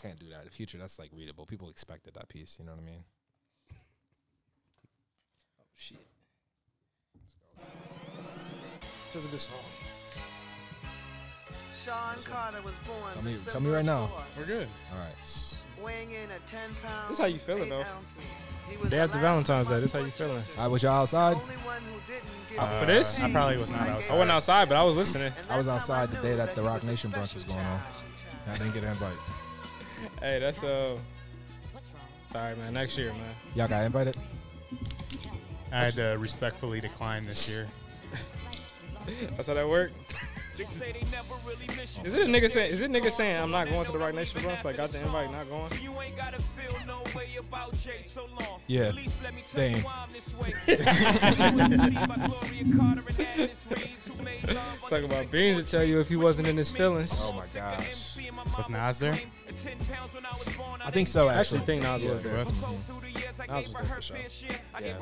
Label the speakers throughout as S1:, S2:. S1: can't do that. The future, that's like readable. People expected that piece. You know what I mean?
S2: Oh shit. That's a good song.
S3: Sean Carter was born.
S1: Tell me-
S3: December
S1: tell me right now.
S3: 4,
S4: We're good.
S1: All right.
S3: Weighing in at 10 pounds.
S4: This how you feeling,
S3: eight
S4: though?
S3: ounces. He was
S4: Day
S3: the
S4: after
S3: last
S4: Valentine's Day,
S3: of
S4: this how
S3: four
S4: you feeling?
S3: children.
S1: All right, was y'all outside?
S3: Only one who didn't give
S4: Uh,
S3: up
S4: for this?
S3: on
S4: I probably was
S3: me.
S4: not
S3: I
S4: outside.
S3: gave
S4: I wasn't
S3: up.
S4: outside, but I was listening.
S3: And
S1: I was
S3: that's how
S1: outside the
S3: knew
S1: day that the
S3: he
S1: Rock
S3: a
S1: Nation brunch
S3: special
S1: was going on.
S3: child.
S1: I didn't get an invite.
S4: Hey, that's uh,
S5: What's wrong?
S4: sorry, man. Next year, man.
S1: Y'all got invited?
S5: Tell me.
S6: I had to respectfully decline this year.
S4: That's how that work. Is it a nigga saying? Is it a nigga saying I'm not going to the Rock Nation brunch? Like got the invite, not going.
S1: Yeah. Same.
S4: Talk about beans to tell you if he wasn't in his feelings.
S1: Oh my gosh.
S6: Was Nas there?
S1: I think so,
S4: I
S1: actually.
S4: actually think Nas was there.
S6: Was?
S4: Nas was there for sure.
S1: Yeah.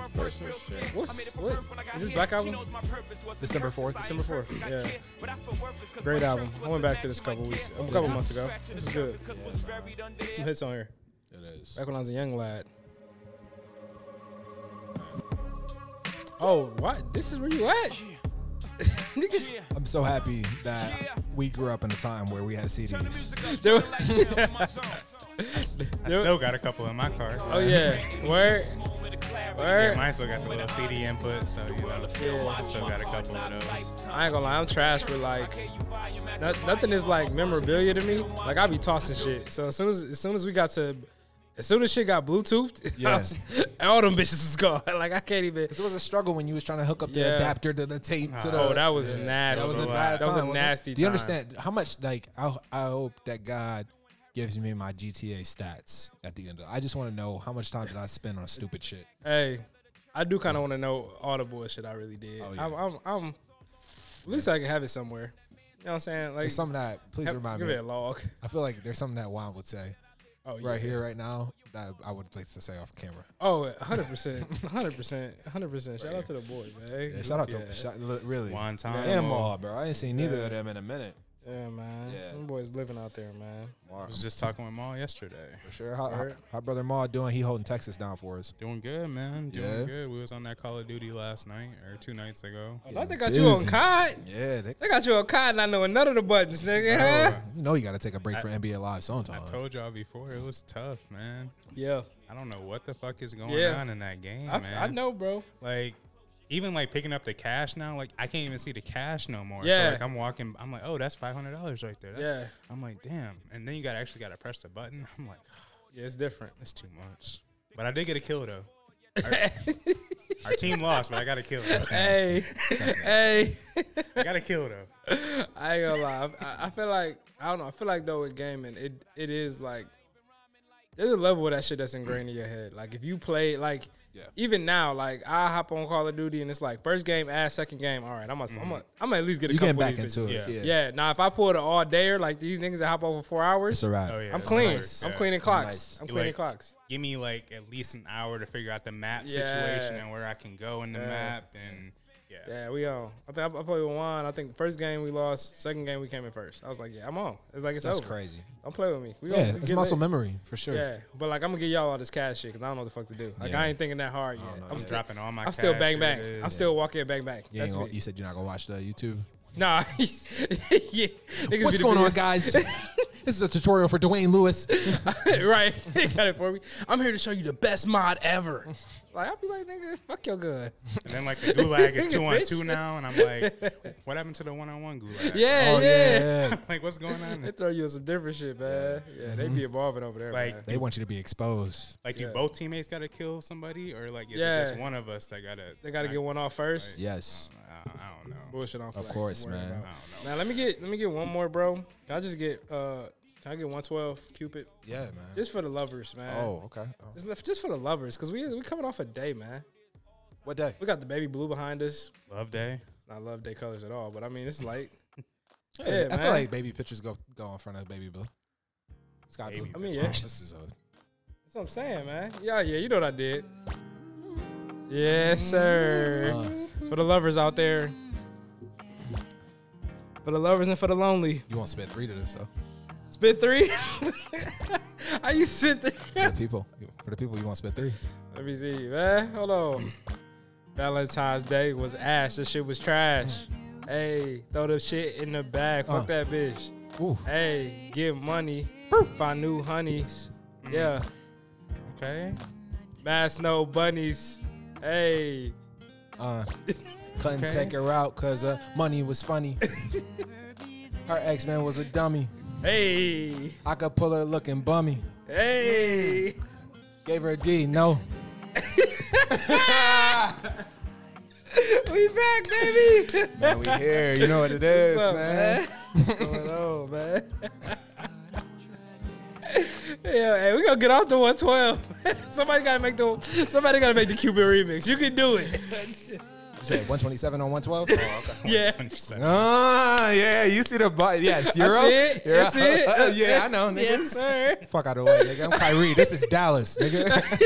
S4: What's what? Is this Black Album?
S1: December 4th.
S4: December fourth. Yeah. Great album. I went back to this a couple weeks, a couple months ago. This is good. Some hits on here.
S1: It is.
S4: Back when I was a young lad. Oh, what? This is where you at? Niggas-
S1: I'm so happy that we grew up in a time where we had CDs.
S4: there was-
S6: I still got a couple in my car.
S4: oh yeah, where?
S6: Yeah,
S4: Where?
S6: mine still got the little CD input, so you know,
S4: Yeah.
S6: I still got a couple of those.
S4: I ain't gonna lie, I'm trash for like no- nothing is like memorabilia to me. Like I be tossing shit. So as soon as as soon as we got to, as soon as shit got Bluetoothed,
S1: Yeah.
S4: all them bitches was gone. Like I can't even.
S1: It was a struggle when you was trying to hook up the
S4: Yeah.
S1: adapter to the tape to the.
S4: Oh, that was nasty.
S1: That was a
S6: That
S1: bad
S4: That was a
S1: time, wasn't it?
S4: nasty
S1: Do you
S4: time.
S1: understand how much? Like, I, I hope that God gives me my GTA stats at the end. Of, I just want to know how much time did I spend on stupid shit.
S4: Hey, I do kind of want to know all the bullshit I really did.
S1: Oh, yeah.
S4: I'm, I'm, I'm, at least I can have it somewhere. You know what I'm saying? Like,
S1: There's something that please
S4: have-
S1: remind
S4: give
S1: me.
S4: it a log.
S1: I feel like there's something that Juan would say
S4: Oh,
S1: right
S4: yeah.
S1: here, right now that I would like to say off camera.
S4: Oh, 100 percent, 100 percent, 100 percent. Shout out to the boys, man.
S1: Yeah, shout out
S4: Yeah.
S1: to shout, li- really
S6: One time.
S1: Damn all, bro. I ain't seen neither of them in a minute.
S4: Yeah, man.
S1: Yeah.
S4: Them boys living out there, man.
S1: Wow.
S6: I was just talking with Maul yesterday.
S1: For sure. How, how,
S4: Word.
S1: how brother Maul doing? He holding Texas down for us.
S6: Doing good, man. Doing
S1: Yeah.
S6: good. We was on that Call of Duty last night or two nights ago.
S4: I thought they got you on
S1: busy.
S4: COD.
S1: Yeah, they,
S4: They got you on COD, not knowing none of the buttons, nigga. huh?
S1: you know you got to take a break for NBA Live
S6: I
S1: sometime.
S6: told y'all before it was tough, man.
S4: Yeah,
S6: I don't know what the fuck is going
S4: Yeah.
S6: on in that game,
S4: I,
S6: man.
S4: I know, bro.
S6: Like even like picking up the cash now, like I can't even see the cash no more.
S4: Yeah.
S6: So like I'm walking, I'm like, oh, that's five hundred dollars right there. That's,
S4: Yeah.
S6: I'm like, damn. And then you got to actually got to press the button. I'm like,
S4: Yeah, it's different.
S6: that's too much. But I did get a kill though. Our, our team lost, but I got a kill. Though.
S4: Hey, hey.
S6: I got a kill though.
S4: I ain't gonna lie. I, I feel like I don't know. I feel like though with gaming, it it is like there's a level of that shit that's ingrained in your head. Like if you play like
S1: Yeah.
S4: even now, like I hop on Call of Duty and it's like first game, ass second game. All right, I'm gonna I'm gonna I'm gonna at least get a
S1: Mm-hmm. You
S4: couple
S1: getting back
S4: of these
S1: into
S4: bitches.
S1: it. Yeah.
S4: Yeah. Now if I pull it all dayer like these niggas that hop over four hours,
S1: It's a wrap.
S6: Oh yeah,
S4: I'm
S6: it's
S4: clean.
S6: nice.
S4: I'm
S6: Yeah.
S4: cleaning clocks.
S1: nice.
S4: I'm
S6: You
S4: cleaning
S6: like-
S4: clocks.
S6: Give me like at least an hour to figure out the map
S4: Yeah.
S6: situation and where I can go in the
S4: Yeah.
S6: map and yeah.
S4: Yeah, we on. I think I, I played with one. I think first game we lost, second game we came in first. I was like, yeah, I'm on. It's like it's
S1: That's
S4: over.
S1: crazy.
S4: Don't play with me. We
S1: Yeah,
S4: gonna
S1: it's
S4: get
S1: muscle
S4: lit.
S1: memory for sure.
S4: Yeah, but like I'm gonna give y'all all this cash shit because I don't know what the fuck to do. Like
S1: Yeah.
S4: I ain't thinking that hard yet.
S1: don't know
S4: I'm,
S1: yet.
S4: st-
S6: Dropping all my.
S4: I'm still
S6: cash,
S4: bang
S6: it
S4: bang.
S6: is.
S4: I'm still walking bang bang.
S1: You, ain't
S4: That's
S1: gonna,
S4: me.
S1: you said you're not gonna watch the YouTube.
S4: Nah, yeah. Niggas
S1: What's
S4: be the
S1: going on,
S4: biggest-
S1: guys? this is a tutorial for Dwayne Lewis.
S4: right, they got it for me. I'm here to show you the best mod ever. Like I'll be like, nigga, fuck your gun.
S6: And then like the gulag is
S4: Nigga,
S6: two on
S4: bitch.
S6: two now, and I'm like, what happened to the one on one gulag?
S4: Yeah,
S1: Oh,
S4: yeah.
S6: like what's going on?
S4: They
S6: there?
S4: throw you in some different shit, man. Yeah, they be evolving over there,
S6: Like,
S4: man.
S1: They want you to be exposed.
S6: Like
S4: Yeah.
S6: you both teammates gotta kill somebody, or like is it just
S4: Yeah.
S6: one of us that gotta?
S4: They got to get one off first.
S1: Yes,
S6: I, I don't know.
S4: Bullshit on.
S1: of course, man.
S6: I don't know.
S4: Now let me get let me get one more, bro. Can I just get uh? Can I get 112 Cupid?
S1: Yeah, man.
S4: Just for the lovers, man.
S1: oh, okay. Oh.
S4: Just, left- just for the lovers, cause we we coming off a day, man.
S1: What day?
S4: We got the baby blue behind us.
S6: Love day.
S4: I love day colors at all, but I mean it's light. yeah,
S1: Hey, I
S4: man.
S1: feel like baby pictures go go in front of baby blue. Sky
S6: Baby
S1: blue.
S4: I mean, yeah.
S1: Oh, This is a
S4: That's what I'm saying, man. Yeah, yeah, you know what I did. Yes, sir. for the lovers out there. For the lovers and for the lonely.
S1: You won't spend three to this, though.
S4: Spit three. How you sit there?
S1: For the people, for the people, you want to spend three.
S4: Let me see, man. Hold on. Valentine's Day was ash. This shit was trash. Hey, throw the shit in the bag. Fuck
S1: Uh.
S4: that bitch.
S1: Ooh,
S4: Hey, give money. Find new honeys.
S1: Mm.
S4: Yeah.
S6: Okay.
S4: Mad snow bunnies. Hey.
S1: uh, couldn't
S6: Okay.
S1: take her out because uh, money was funny. her ex man was a dummy.
S4: Hey.
S1: I could pull her looking bummy.
S4: Hey.
S1: Gave her a D. No,
S4: we back, baby.
S1: Mm. man, we here. You know what it is,
S4: What's up,
S1: man.
S4: man? What's going on, man? Yeah, hey, we gonna get off the 112. somebody gotta make the somebody gotta make the Cuban remix. You can do it.
S1: Say 127 on 112.
S4: Yeah.
S6: 127.
S1: Ah, yeah, you see the butt. Yes, you're
S4: That's it.
S1: You're
S4: That's it.
S1: up. yeah, I know, nigga.
S4: Yes, sir.
S1: Fuck out of the way, nigga. I'm Kyrie. This is Dallas, nigga.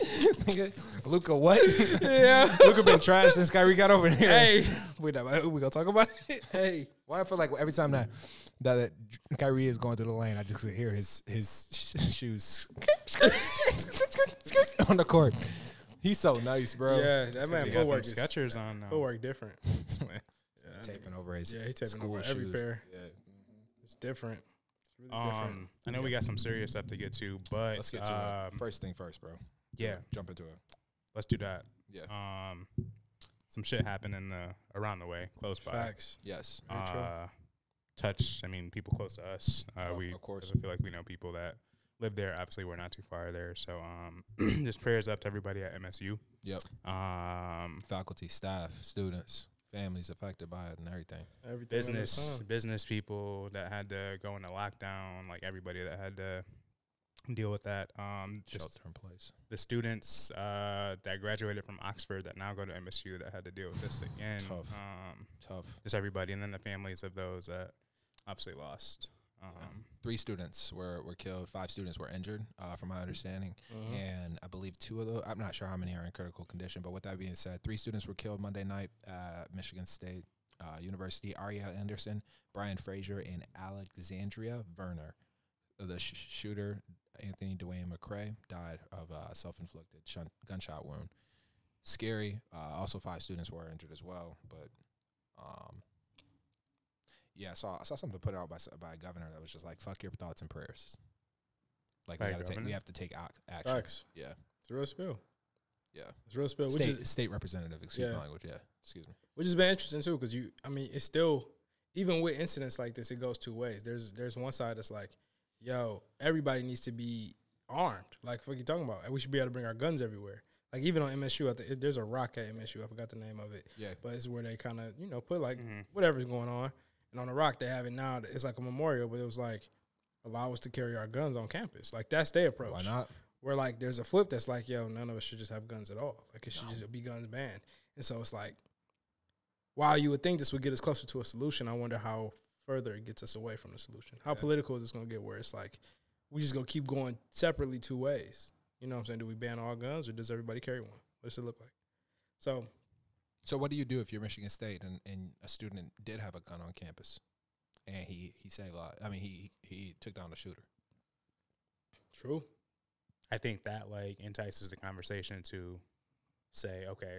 S1: nigga. Luca, what?
S4: Yeah.
S1: Luca been trash since Kyrie got over here.
S4: hey, we not, we gonna talk about it. Hey,
S1: Why I feel like every time that that Kyrie is going through the lane, I just could hear his his sh- shoes on the court. He's so nice, bro.
S4: yeah, that man
S6: He got them
S4: footwork is
S6: Skechers on now.
S4: footwork different.
S1: taping over his
S4: Yeah, he taping
S1: school
S4: over every
S1: shoes.
S4: pair.
S1: Yeah.
S4: It's different. It's really different.
S6: Um, I know we got some serious stuff to get to, but
S1: Let's get to
S6: um,
S1: it. First thing first, bro.
S6: yeah,
S1: jump into it.
S6: let's do that.
S1: Yeah.
S6: Um, some shit happened in the around the way, close by.
S4: Facts.
S1: Yes.
S4: Very true.
S6: Uh, touch. I mean, people close to us. Uh,
S1: Oh,
S6: we
S1: of course.
S6: I feel like we know people that live there. Obviously, we're not too far there. So, um, just prayers up to everybody at MSU.
S1: Yep.
S6: Um,
S1: Faculty, staff, students, families affected by it and everything.
S4: Everything under the
S6: business
S4: sun.
S6: business people that had to go into lockdown, like everybody that had to deal with that. Um, just
S1: Shelter in place.
S6: the students uh, that graduated from Oxford that now go to MSU that had to deal with this again.
S1: Tough.
S6: Um,
S1: Tough.
S6: just everybody, and then the families of those that obviously lost. Um,
S1: Three students were, were killed. Five students were injured, uh, from
S6: Mm-hmm.
S1: my understanding.
S4: Mhm.
S1: And I believe two of those, I'm not sure how many are in critical condition, but with that being said, three students were killed Monday night at Michigan State uh, University Ariel Anderson, Brian Frazier, and Alexandria Verner. The sh- shooter, Anthony Dwayne McCray, died of a self inflicted shun- gunshot wound. Scary. Uh, also, five students were injured as well. But um, yeah, I saw, I saw something put out by, s- by a governor that was just like, fuck your thoughts and prayers. Like, we,
S6: By a
S1: gotta take, we
S6: governor?
S1: have to take ac- action.
S4: Facts.
S1: Yeah,
S4: It's a real spill.
S1: yeah.
S4: It's a real spill, which
S1: state,
S4: is
S1: state representative, excuse
S4: Yeah.
S1: my language. Yeah, excuse me.
S4: which has been interesting too, because you, I mean, it's still even with incidents like this, it goes two ways. There's there's one side that's like, yo, everybody needs to be armed. Like, what you talking about? We should be able to bring our guns everywhere. Like even on MSU, I think there's a rock at MSU. I forgot the name of it,
S1: Yeah, Mm-hmm.
S4: but it's where they kind of you know put like
S6: Mhm.
S4: whatever's going on. And on the rock, they have it now. It's like a memorial, but it was like allow us to carry our guns on campus. Like that's their approach
S1: why not?
S4: where like there's a flip that's like, yo, none of us should just have guns at all. Like it should just be guns banned. And so it's like, wow, you would think this would get us closer to a solution, I wonder how further it gets us away from the solution. How political is this gonna get where it's like we just gonna keep going separately two ways. You know what I'm saying? Do we ban all guns or does everybody carry one? What does it look like? So
S1: So, what do you do if you're Michigan State and, and a student did have a gun on campus, and he he saved lives? I mean, he he took down the shooter.
S4: true.
S6: I think that like entices the conversation to say, okay,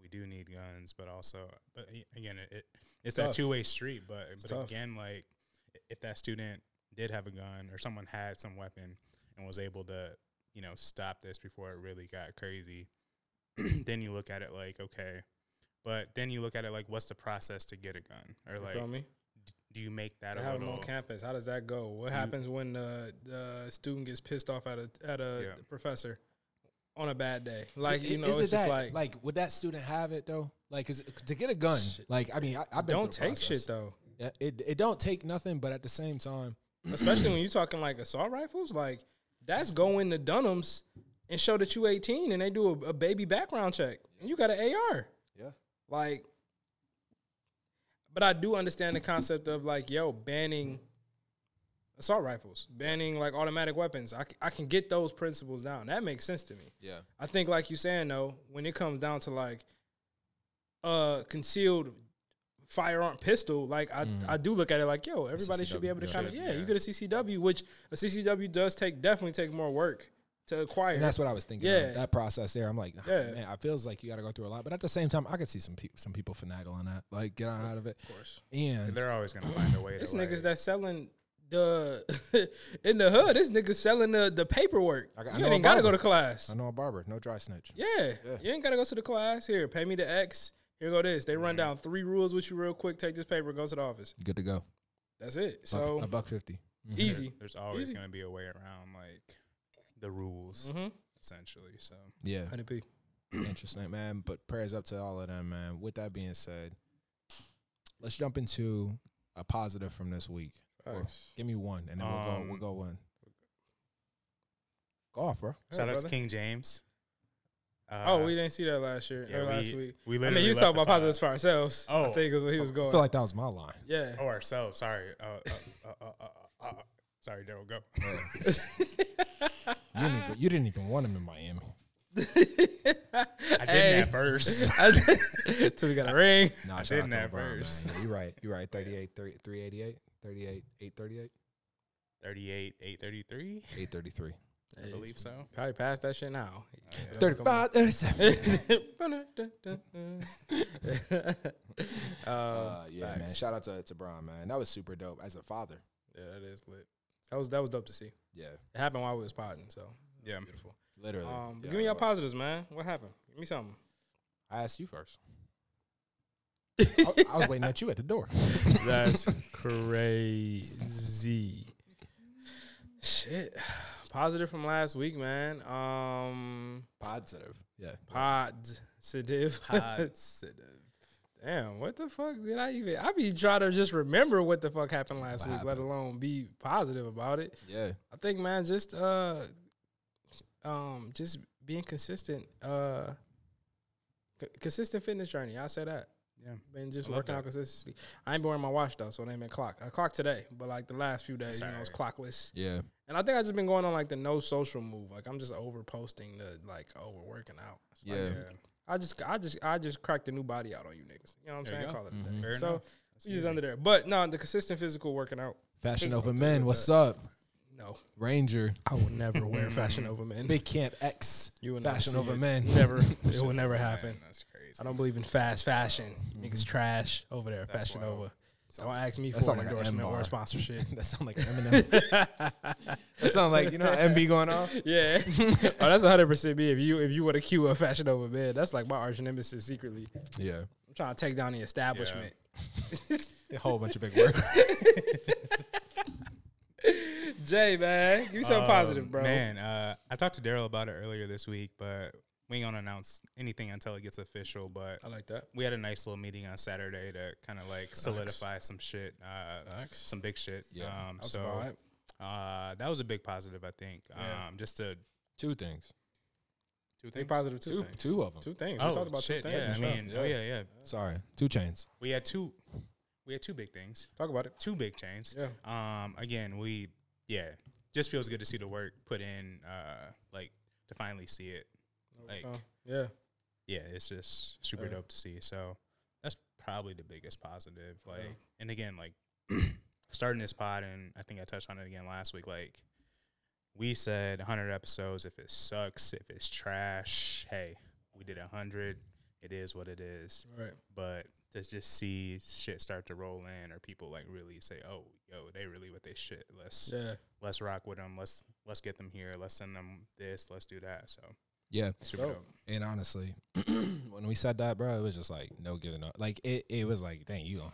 S6: we do need guns, but also, but a- again, it, it it's that
S4: Tough.
S6: two way street. But but
S4: tough.
S6: again, like i- if that student did have a gun or someone had some weapon and was able to, you know, stop this before it really got crazy, then you look at it like okay, but then you look at it like what's the process to get a gun or
S4: You
S6: like
S4: feel me?
S6: do you make that
S4: To
S6: a
S4: have them
S6: little
S4: on campus. How does that go? What
S6: You-
S4: happens when the, the student gets pissed off at a at a
S6: Yeah.
S4: professor on a bad day? Like, you
S1: I-
S4: know,
S1: is
S4: it's
S1: it
S4: just
S1: that,
S4: like
S1: would that student have it though? Like, is it, to get a gun?
S4: Shit.
S1: Like, I mean, I, I've been
S4: don't
S1: through the
S4: take
S1: process.
S4: shit though,
S1: Yeah, It it don't take nothing, but at the same time,
S4: especially when you're talking like assault rifles. Like that's going to Dunham's and show that you 18, and they do a, a baby background check, and you got an AR.
S1: Yeah.
S4: like. But I do understand the concept of like, yo, banning assault rifles, banning like automatic weapons. I, c- I can get those principles down. That makes sense to me.
S1: yeah,
S4: I think, like you saying though, when it comes down to like uh concealed firearm pistol, like I,
S1: Mhm.
S4: I do look at it like, yo, everybody should be
S1: CCW,
S4: able to
S1: yeah.
S4: kind of
S6: Should,
S4: yeah, you
S6: yeah.
S4: get a CCW, which a CCW does take definitely take more work to acquire.
S1: And that's what I was thinking. Yeah.
S4: Yeah.
S1: that process there. I'm like, ah,
S4: Yeah.
S1: man, it feels like you got to go through a lot. But at the same time, I could see some pe- some people finagle on that, like get on out of it.
S4: of course.
S1: And
S6: They're always gonna find a way.
S4: It's
S6: to like,
S4: niggas that's selling the in the hood. This niggas selling the the paperwork.
S1: I got- I
S4: you
S1: know
S4: ain't
S1: a
S4: gotta go
S1: barber.
S4: to class.
S1: I know a barber, no dry snitch.
S4: Yeah.
S1: Yeah.
S4: You ain't gotta go to the class. Here, pay me the X. Here go this. They
S1: Mm-hmm.
S4: run down three rules with you real quick. Take this paper. Go to the office.
S1: Good to go.
S4: That's it.
S1: So a
S4: So
S1: buck fifty. Mhm.
S6: there-
S4: easy.
S6: There's always
S4: Easy.
S6: gonna be a way around like the rules
S4: Mm-hmm.
S6: essentially. So
S1: Yeah,
S4: Hundred P.
S1: interesting, man. But prayers up to all of them, man. With that being said, let's jump into a positive from this week. Or
S4: Facts.
S1: Give me one, and then we'll go. We'll
S6: Um,
S1: go one. Go off, bro.
S4: Hey,
S6: shout out
S4: brother.
S6: to King James. Uh,
S4: Oh, we didn't see that last year
S6: yeah,
S4: or last
S6: we-
S4: week.
S6: we
S4: I mean,
S6: literally
S4: you was
S6: left
S4: talking
S6: the
S4: about positives
S6: pod.
S4: for ourselves. I
S6: Oh.
S4: think is where he was going.
S1: I feel like that was my line.
S4: yeah.
S6: Oh, ourselves. Sorry. Uh, uh, uh, uh, uh, uh, sorry, Daryl. Go.
S1: You didn't, even, you didn't even want him in Miami.
S6: I didn't
S4: Hey.
S6: at first.
S4: Till he got a ring.
S1: No,
S6: I
S1: shout out
S6: didn't
S1: to
S6: at
S1: LeBron, man.
S6: first.
S1: Yeah, you're right. You're right. 38, 30, 388, 38, 838,
S6: 38, 833.
S1: 833.
S6: I believe so.
S4: Probably passed that shit now.
S1: 35, 37.
S4: uh,
S1: Uh, yeah, man.
S4: facts.
S1: Shout out to, to Brian, man. That was super dope as a father.
S4: Yeah, that is lit. That was that was dope to see. It
S1: Yeah,
S4: happened while we was potting, so
S6: Yeah.
S4: beautiful.
S1: literally.
S4: Um, but
S1: Yeah,
S4: give me your
S1: it was.
S4: positives, man. What happened? Give me something.
S1: I asked you first. I, I was waiting at you at the door.
S4: That's crazy. Shit. Positive from last week, man. Um
S1: Positive. Yeah.
S4: positive.
S6: Positive.
S4: Damn, what the fuck did I even I be trying to just remember what the fuck happened last week, let alone be positive about it.
S1: Yeah.
S4: I think man, just uh um just being consistent, uh c- consistent fitness journey. I say that.
S6: Yeah.
S4: Been just
S6: I love
S4: working out consistently. I ain't been wearing my watch though, so it ain't been clocked. I clocked today, but like the last few days, you know, it's clockless.
S1: Yeah.
S4: And I think I just been going on like the no social move. Like I'm just over posting the like over working out. It's like,
S1: Yeah.
S6: Yeah.
S4: I just I just I just cracked a new body out on you niggas. You know what I'm
S6: There you
S4: saying?
S6: go.
S4: Call it a
S1: Mhm.
S4: day.
S6: Fair
S4: so
S6: enough. That's
S4: we just
S6: easy.
S4: under there. But no, the consistent physical working out.
S1: Fashion
S4: Physical
S1: over
S4: too,
S1: men.
S4: but-
S1: What's up?
S4: No,
S1: Ranger.
S4: I will never wear fashion over men.
S1: Big Camp X.
S4: You will never
S1: Fashion
S4: see
S1: over
S4: it.
S1: men.
S4: Never, it will never
S6: Man,
S4: happen.
S6: That's crazy.
S4: I don't believe in fast fashion. Niggas trash over there. fashion
S6: wild.
S4: over. So don't ask me
S1: That
S4: for
S1: sound
S4: an
S1: like a
S4: endorsement or
S1: M-bar.
S4: a sponsorship.
S1: that sound like Eminem. that sound like you know MB going off.
S4: yeah, oh, that's hundred percent me. If you if you were to queue up fashion over men, that's like my arch nemesis secretly.
S1: Yeah,
S4: I'm trying to take down the establishment.
S1: a whole bunch of big words.
S4: Jay, man, give me something positive,
S6: Um,
S4: bro.
S6: Man, uh, I talked to Daryl about it earlier this week, but we ain't gonna announce anything until it gets official. But
S4: I like that.
S6: we had a nice little meeting on Saturday to kind of like solidify some shit, uh,
S4: Facts.
S6: some big shit.
S1: Yeah.
S6: Um,
S4: That's
S6: so
S4: all right.
S6: uh, that was a big positive, I think.
S4: Yeah.
S6: Um, just to
S1: Two things.
S6: two
S4: Think
S6: things.
S4: positive two,
S1: Two,
S4: things.
S1: two of them.
S4: Two things. we
S6: oh
S4: talked about
S6: shit!
S4: two things.
S6: yeah, I
S4: Michelle.
S6: mean, oh yeah, yeah.
S1: Sorry, two chains.
S6: We had two, we had two big things,
S4: talk about it.
S6: two big chains.
S4: Yeah.
S6: Um, again, we yeah, just feels good to see the work put in, uh, like to finally see it. Like,
S4: Oh, yeah.
S6: yeah, it's just super
S4: Yeah.
S6: dope to see. So that's probably the biggest positive. Like, and again, like starting this pod, and I think I touched on it again last week. Like, we said 100 episodes. If it sucks, if it's trash, hey, we did 100. It is what it is.
S4: All right.
S6: But to just see shit start to roll in, or people like really say, "Oh, yo, they really with their shit. Let's
S4: Yeah.
S6: let's rock with them. Let's let's get them here. Let's send them this. Let's do that." So
S1: Yeah,
S6: super
S4: Dope.
S6: dope.
S1: and honestly, when we said that, bro, it was just like no giving up. Like it, it was like, dang, you. don't-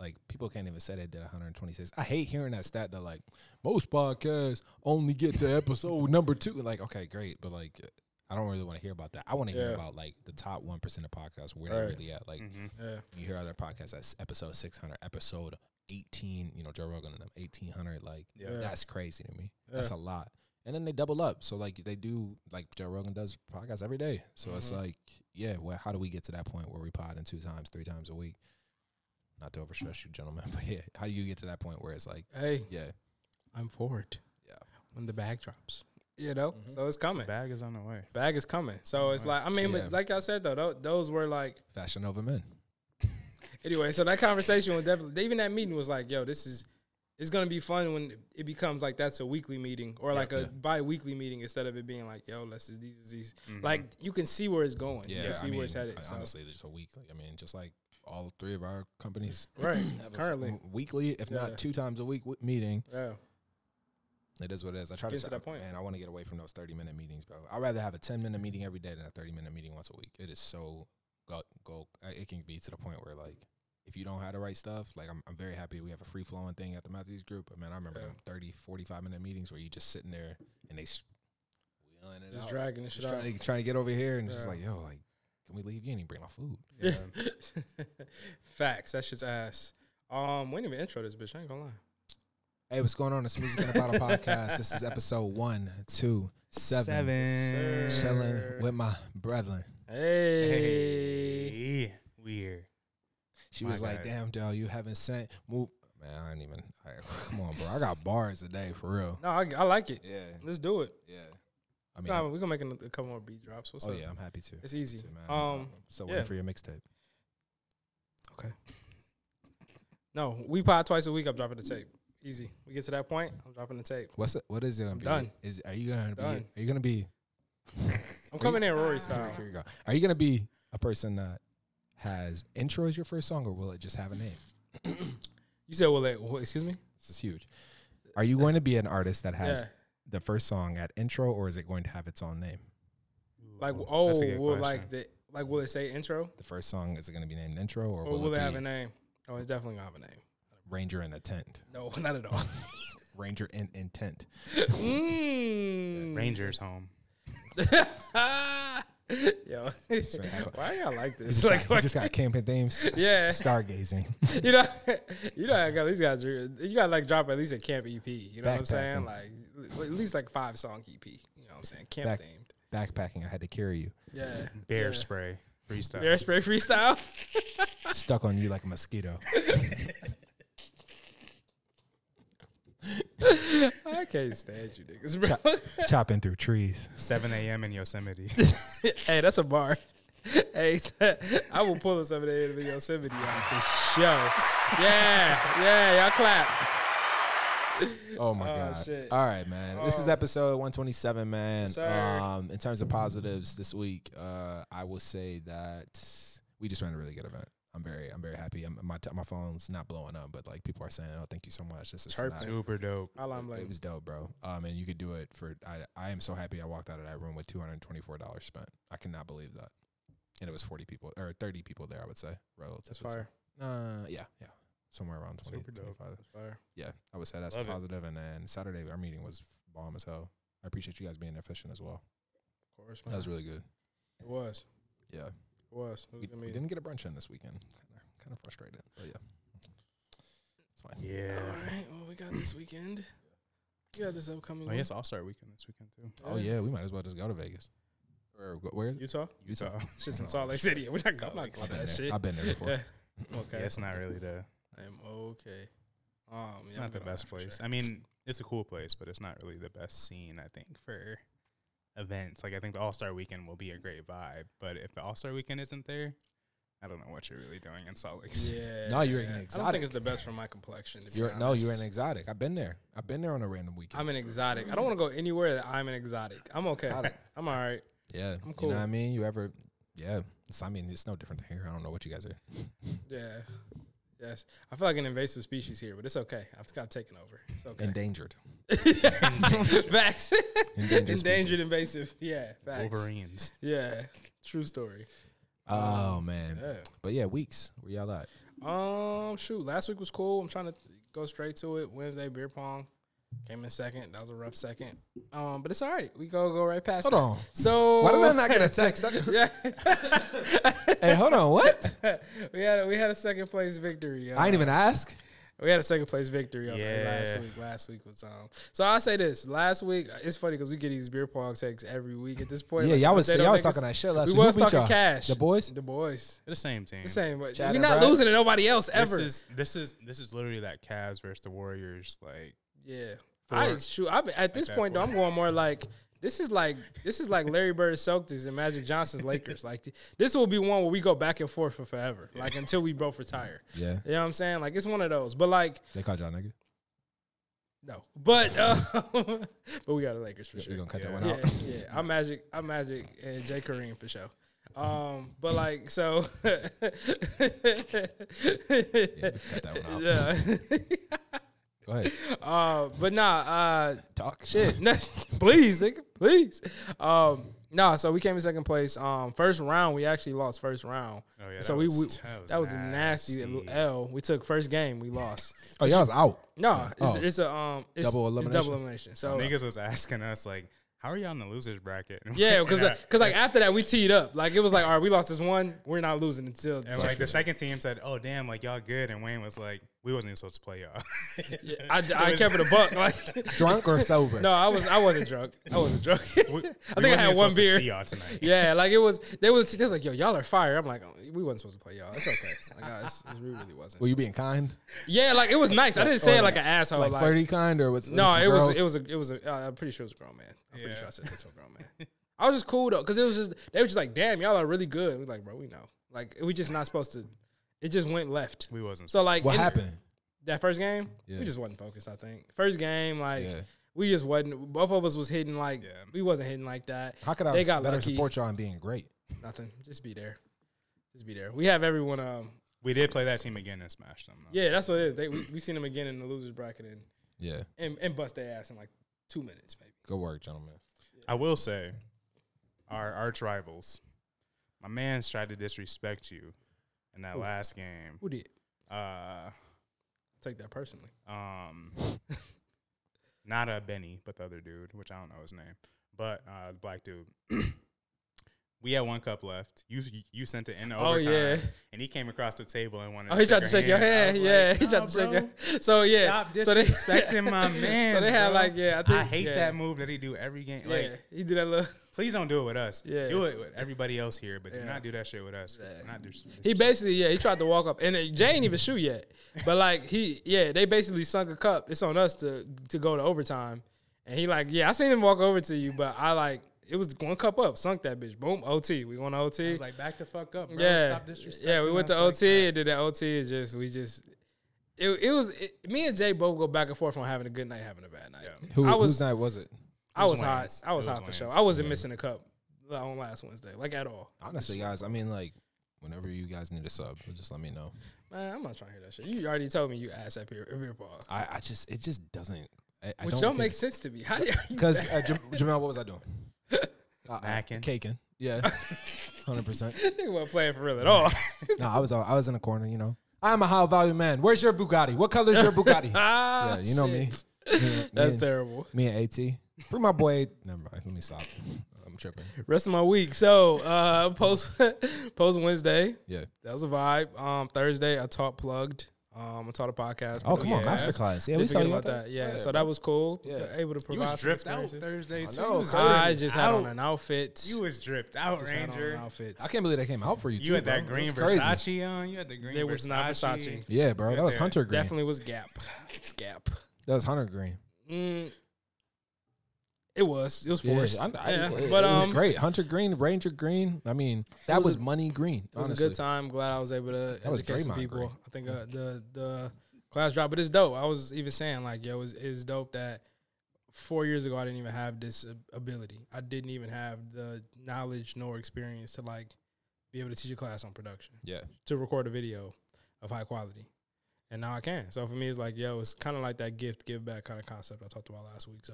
S1: Like people can't even say they did 126. I hate hearing that stat that like most podcasts only get to episode number two. Like, okay, great, but like, I don't really want to hear about that. I want to hear
S4: Yeah.
S1: about like the top one percent of podcasts where
S4: Right.
S1: they're really at. Like,
S6: Mhm.
S4: Yeah.
S1: you hear other podcasts that's episode 600 episode 18 you know joe rogan and them 1800 like
S6: Yeah.
S4: Yeah.
S1: that's crazy to me that's a
S4: Yeah.
S1: lot and then they double up so like they do like joe rogan does podcasts every day so it's
S4: Mhm.
S1: like yeah well how do we get to that point where we pod in two times three times a week not to overstress you gentlemen but yeah how do you get to that point where it's like
S4: Hey,
S1: yeah
S4: I'm forward.
S1: Yeah.
S4: When the bag drops, you know, so it's coming.
S6: Bag is on the way.
S4: Bag is coming. So it's like I mean,
S1: Yeah.
S4: but like I said though, tho- those were like
S1: fashion over men
S4: Anyway, so that conversation was definitely even that meeting was like, yo, this is it's gonna be fun when it becomes like that's a weekly meeting or like a
S1: yeah.
S4: bi-weekly meeting instead of it being like, yo, let's just these these
S6: Mm-hmm.
S4: like you can see where it's going.
S1: Mm-hmm.
S4: you
S1: Yeah, I
S4: can see
S1: mean,
S4: where it's headed.
S1: I-
S4: so.
S1: honestly, just a weekly. I mean, just like all three of our companies,
S4: Right.
S1: have a
S4: Currently.
S1: weekly, if
S4: Yeah.
S1: not two times a week w- meeting.
S4: Yeah.
S1: It is what it is. I try
S4: Gets
S1: to
S4: to that point.
S1: Man, I want to get away from those thirty minute meetings, bro. I'd rather have a ten minute meeting every day than a thirty minute meeting once a week. It is so go go. uh, It can be to the point where like. If you don't have the right stuff, like I'm, I'm very happy we have a free flowing thing at the Methodist group. But man, I remember
S4: Yeah.
S1: them 30, 45 minute meetings where you just sitting there and they s- wheeling it
S4: Just
S1: out,
S4: dragging the
S1: just
S4: shit out.
S1: trying to, trying to get over here and it's just
S4: Yeah.
S1: like, yo, like, can we leave? You ain't even bring my food.
S6: Yeah.
S4: Facts. That shit's ass. Um, we didn't even intro this bitch. I ain't gonna lie.
S1: Hey, what's going on? It's Music in a Bottle podcast. This is episode one, two, seven.
S6: Seven.
S1: Chilling with my brethren.
S4: Hey.
S6: Hey, weird.
S1: She
S6: My
S1: was like,
S6: guys.
S1: "Damn, Dell, you haven't sent move." Man, I ain't even. I, come on, bro. I got bars today for real.
S4: No, I, I like it.
S1: Yeah,
S4: Let's do it.
S1: yeah. I mean,
S4: Nah, we're gonna make an- a couple more beat drops. What's
S1: oh
S4: up?
S1: yeah, I'm happy to.
S4: It's easy.
S1: to, man. No
S4: Um,
S1: problem. so waiting
S4: yeah.
S1: for your mixtape.
S4: no, we pod twice a week. I'm dropping the tape. Easy. We get to that point. I'm dropping the tape.
S1: What's it? What is it gonna
S4: I'm
S1: be?
S4: done.
S1: Is are you gonna
S4: Done.
S1: be? Are you gonna be?
S4: I'm coming in Rory style.
S1: Here you go. Are you gonna be a person that has intro as your first song, or will it just have a name?
S4: You said, well, like, wha- excuse me.
S1: This is huge. Are you going to be an artist that has
S4: Yeah.
S1: the first song at intro, or is it going to have its own name?
S4: Like,
S6: Ooh,
S4: oh,
S6: that's a good
S4: will
S6: question.
S4: like the like will it say intro
S1: The first song is it going to be named intro, or, will,
S4: or
S1: it,
S4: will it
S1: be
S4: have a name? Oh, it's definitely gonna have a name.
S1: Ranger in a tent?
S4: No, not at all.
S1: Ranger in intent.
S4: mm.
S6: Rangers home.
S4: Yo,
S1: right.
S4: why y'all like
S1: It's
S4: this?
S1: like
S4: Like,
S1: we just got camping themes.
S4: Yeah.
S1: stargazing.
S4: you know, you know, I got these guys. You got to like drop at least a camp EP. You know what I'm saying? Like l- at least like five song EP. You know what I'm saying? Camp
S1: Back-
S4: themed.
S1: Backpacking. I had to carry you.
S4: Yeah.
S6: Bear
S4: yeah.
S6: spray. Freestyle.
S4: Bear spray freestyle.
S1: Stuck on you like a mosquito.
S4: I can't stand you niggas, bro.
S1: chopping through trees.
S6: 7 a.m. in Yosemite.
S4: hey, that's a bar. hey, I will pull this up in the Yosemite on for sure. Yeah, yeah, y'all clap.
S1: Oh my
S4: Oh,
S1: god!
S4: shit.
S1: All right, man. This is
S4: Oh.
S1: episode 127, man.
S4: Sir.
S1: Um, in terms of positives this week, uh, I will say that we just ran a really good event. I'm very, I'm very happy. I'm, my t- my phone's not blowing up, but like people are saying, "Oh, thank you so much." This is
S4: Chirping.
S1: not-
S6: Super dope.
S4: All I'm
S1: it
S4: like,
S1: was dope, bro. Um, and you could do it for. I, I am so happy I walked out of that room with two hundred twenty four dollars spent. I cannot believe that. And it was forty people or thirty people there. I would say
S4: that's
S1: relatively.
S4: fire.
S1: Uh, yeah, yeah, somewhere around 20,
S6: Super dope.
S1: 25
S4: That's fire.
S1: yeah, I would say that's
S6: Love it.
S1: positive. And then Saturday, our meeting was bomb as hell. I appreciate you guys being efficient as well.
S4: Of course,
S1: That was really good.
S4: It was.
S1: Yeah,
S4: It was. It
S1: we,
S4: was a good
S1: we
S4: meeting.
S1: didn't get a brunch in this weekend. Kind of, kind of frustrated, but yeah, it's fine.
S6: Yeah.
S4: All right. Well, we got this weekend. We got this upcoming.
S6: Oh, yes, All Star Weekend this weekend, too.
S4: one.
S1: Oh yeah, we might as well just go to Vegas. Or wh- where is it?
S4: Utah.
S1: Utah.
S4: Shit's in
S1: Oh,
S4: Salt Lake City. We're not. I'm not
S1: I've
S4: going to
S1: been there.
S4: that shit.
S1: I've been there before.
S4: Yeah.
S6: Yeah,
S4: Okay.
S6: it's not really the,
S4: I'm okay. Um, yeah,
S6: it's
S4: I'm
S6: not the
S4: good on
S6: best
S4: that for
S6: place.
S4: sure.
S6: I mean, it's a cool place, but it's not really the best scene, I think, for events. Like, I think the All Star Weekend will be a great vibe, but if the All Star Weekend isn't there, I don't know what you're really doing in Salt Lake City.
S4: Yeah.
S1: No, you're an
S4: I don't
S1: exotic.
S4: think it's the best for my complexion. To be
S1: You're, no, you're an
S4: honest.
S1: exotic. I've been there. I've been there on a random weekend.
S4: I'm an exotic. I don't want to go anywhere that I'm an exotic. I'm okay.
S1: Exotic.
S4: I'm all right.
S1: yeah,
S4: I'm
S1: You know
S4: cool.
S1: what I mean? You ever? Yeah, it's, I mean it's no different here. I don't know what you guys are.
S4: Yeah. Yes. I feel like an invasive species here, but it's okay. I've got taken over. It's okay.
S1: Endangered.
S4: facts.
S1: Endangered. species.
S4: Endangered invasive. Yeah. Facts.
S6: Wolverines.
S4: Yeah. True story.
S1: Oh man.
S4: Yeah.
S1: But yeah, weeks. Where y'all at?
S4: Um, shoot, last week was cool. I'm trying to go straight to it. Wednesday beer pong came in second. That was a rough second. Um, but it's all right. We go go right past.
S1: Hold
S4: that.
S1: on.
S4: So
S1: Why did I not get a text?
S4: Yeah,
S1: hey, hold on. What?
S4: we had a, we had a second place victory.
S1: I
S4: uh,
S1: didn't even ask.
S4: We had a second place victory on
S6: Yeah.
S4: last week. Last week was um. So I will say this. Last week it's funny because we get these beer pong takes every week at this point.
S1: Yeah,
S4: Like,
S1: y'all
S4: if
S1: was
S4: they
S1: y'all
S4: don't
S1: was
S4: think
S1: talking
S4: it's-
S1: that shit last
S4: We
S1: week. Who
S4: was
S1: beat
S4: talking
S1: y'all?
S4: cash.
S1: The boys.
S4: The boys.
S6: They're the same team.
S4: The same. But
S1: Chad
S4: we're
S1: and
S4: not
S1: Brad.
S4: losing to nobody else ever.
S6: This is this is this is literally that Cavs versus the Warriors. Like
S4: Yeah. I
S6: Four.
S4: shoot. I, at this
S6: that
S4: point, though,
S6: point.
S4: I'm going more like This is like this is like Larry Bird's Celtics and Magic Johnson's Lakers. Like th- this will be one where we go back and forth for forever, like until we both retire.
S1: Yeah,
S4: You know what I'm saying? Like it's one of those. But like
S1: they called y'all nigga.
S4: no, but uh, but we got the Lakers for
S1: You-
S4: sure.
S1: You gonna cut that one
S4: yeah,
S1: out?
S4: yeah. I'm Magic. I'm Magic and Jay Kareem for sure. Um, but like so.
S1: Yeah, cut that one out.
S4: yeah.
S1: Go ahead,
S4: Uh, but nah. Uh,
S1: talk
S4: shit. No, please, nigga, please. Um, no, so we came in second place. Um, first round we actually lost first round.
S6: Oh, yeah,
S4: so
S6: that
S4: we,
S6: was-
S4: we
S6: that was
S4: that was a nasty
S6: nasty.
S4: L. We took first game, we lost.
S1: Oh, y'all was out.
S4: No, it's,
S1: Oh.
S4: it's a um, it's
S1: Double
S4: it's
S1: elimination?
S4: double elimination. So
S6: Niggas was asking us like, "How are y'all in the losers bracket?"
S4: yeah, because
S6: And I-
S4: because like after that we teed up. Like it was like all right, we lost this one, we're not losing until.
S6: and like the second team said, "Oh damn, like y'all good," and Wayne was like, "We wasn't even supposed to play y'all."
S4: Yeah, I, I kept it a buck. Like
S1: Drunk or sober?
S4: no, I was I wasn't drunk. I wasn't drunk.
S6: We- we
S4: I think I
S6: wasn't even
S4: had one
S6: supposed to
S4: beer.
S6: see y'all tonight.
S4: Yeah, like it was. They was. They was like, "Yo, y'all are fire." I'm like, oh, "We wasn't supposed to play y'all. It's okay. Like, uh, it's, it really wasn't."
S1: Were you being kind?
S4: yeah, like it was nice. I didn't say
S1: Or
S4: it like an asshole.
S1: like,
S4: Like,
S1: flirty kind, or what's
S4: no, it was. It was a. It was a. Uh, I'm pretty sure it was a grown man. I'm
S6: Yeah.
S4: pretty sure I said it to a grown man. I was just cool though, because it was just they were just like, "Damn, y'all are really good." We're like, "Bro, we know." Like we just not supposed to. It just went left.
S6: We wasn't.
S4: So like
S1: What
S4: in-
S1: happened?
S4: that first game?
S1: Yeah.
S4: We just wasn't focused. I think first game like.
S1: Yeah.
S4: We just wasn't. Both of us was hitting like
S6: Yeah.
S4: we wasn't hitting like that.
S1: How could I
S4: They got
S1: better
S4: lucky.
S1: support y'all in being great?
S4: Nothing. Just be there. Just be there. We have everyone. Um.
S6: we did play that team again and smashed them. though.
S4: Yeah, that's what it is. They, we, we seen them again in the losers bracket and
S1: Yeah,
S4: and, and bust their ass in like two minutes, maybe.
S1: good work, gentlemen.
S6: I will say, our arch rivals, my man's tried to disrespect you in that last game.
S4: Who did?
S6: Uh,
S4: Take that personally.
S6: um, not a Benny, but the other dude, which I don't know his name, but uh, the black dude. we had one cup left. You you sent it in
S4: Oh,
S6: overtime,
S4: yeah.
S6: and he came across the table and wanted.
S4: Oh, he tried to shake your hand.
S6: hands. I was
S4: Yeah,
S6: like,
S4: he tried
S6: "Nah,
S4: to shake
S6: bro.
S4: your. So yeah,
S6: Stop
S4: so they
S6: disrespecting my man.
S4: So they had like yeah, I, think,
S6: hate
S4: yeah,
S6: that move that he do every game.
S4: Yeah,
S6: Like,
S4: he did that little.
S6: please don't do it with us.
S4: Yeah.
S6: do it with everybody else here, but
S4: Yeah.
S6: do not do that shit with us.
S4: Yeah.
S6: Not do.
S4: He basically yeah, he tried to walk up and then Jay ain't even shoot yet, but like he yeah, they basically sunk a cup. It's on us to to go to overtime, and he like yeah, I seen him walk over to you, but I like it was one cup up, sunk that bitch. Boom, OT. We going to
S6: I
S4: OT.
S6: was like, back the fuck up, bro.
S4: yeah,
S6: Stop disrespecting.
S4: yeah. We went
S6: us
S4: to
S6: like
S4: OT
S6: that.
S4: and did that OT. Is just we just it, it was it, me and Jay both go back and forth on having a good night, having a bad night.
S6: Yeah.
S1: Who
S4: I
S1: was,
S4: was
S1: whose night was it?
S4: I
S6: was
S4: was hot.
S6: Wayne's.
S4: I was,
S6: It was
S4: hot for sure.
S6: Wayne's.
S4: I wasn't missing a cup on last Wednesday, like at all.
S1: Honestly, guys, I mean, like, whenever you guys need a sub, just let me know.
S4: Man, I'm not trying to hear that shit. You already told me you ass up here, beer ball,
S1: I, I just, it just doesn't. I, I
S4: which don't, make sense to me. How do you?
S1: Because uh, Jam- Jamel, what was I doing? Uh,
S6: Mackin'.
S1: caking. Yeah, hundred percent.
S4: That nigga wasn't playing for real at all.
S1: No, I was, uh, I was in the corner. You know, I'm a high value man. Where's your Bugatti? What color's your Bugatti?
S4: ah,
S1: yeah, you know me.
S4: shit.
S1: Me and- me
S4: That's
S1: and-
S4: terrible.
S1: Me and AT. For my boy. Never mind. Let me stop. I'm tripping.
S4: Rest of my week. So uh, post post Wednesday,
S1: Yeah.
S4: that was a vibe. Um, Thursday, I taught plugged. Um, I taught a podcast.
S1: Oh, come on.
S6: yeah.
S1: Masterclass. Yeah,
S4: Didn't
S1: we saw
S4: forget
S1: you
S4: about that. Yeah, so that was cool.
S1: Yeah.
S4: Able to
S6: You
S4: provide
S6: was
S4: some
S6: dripped out
S4: experiences.
S6: Thursday too.
S1: know,
S6: You was
S1: Thursday.
S4: I
S6: dripped
S4: just had on
S6: out.
S4: an outfit.
S6: You was dripped out,
S4: Just had on
S6: Ranger.
S4: an outfit.
S1: I can't believe that came out for you, too.
S6: You had
S1: bro.
S6: that green
S1: That's crazy.
S6: Versace on. You had the green.
S4: There was not Versace.
S1: Yeah, bro. That
S6: Yeah,
S1: was
S6: there.
S1: Hunter Green.
S4: Definitely was Gap. It's Gap.
S1: That was Hunter Green.
S4: Mm. It was. It was
S1: Yeah,
S4: forced.
S1: I- I-
S4: Yeah.
S1: it-
S4: But
S1: it was
S4: um,
S1: great. Hunter Green, Ranger Green. I mean, that was,
S4: was a-
S1: money green.
S4: It was
S1: honestly.
S4: a good time. Glad I was able to
S1: That was
S4: educate some
S1: Draymond
S4: people.
S1: Green.
S4: I think uh, the the class dropped, but it's dope. I was even saying like, yo, it's, it's dope that four years ago I didn't even have this ab- ability. I didn't even have the knowledge nor experience to like be able to teach a class on production
S1: Yeah.
S4: to record a video of high quality. And now I can. So for me, it's like, yo, it's kind of like that gift, give back kind of concept I talked about last week. So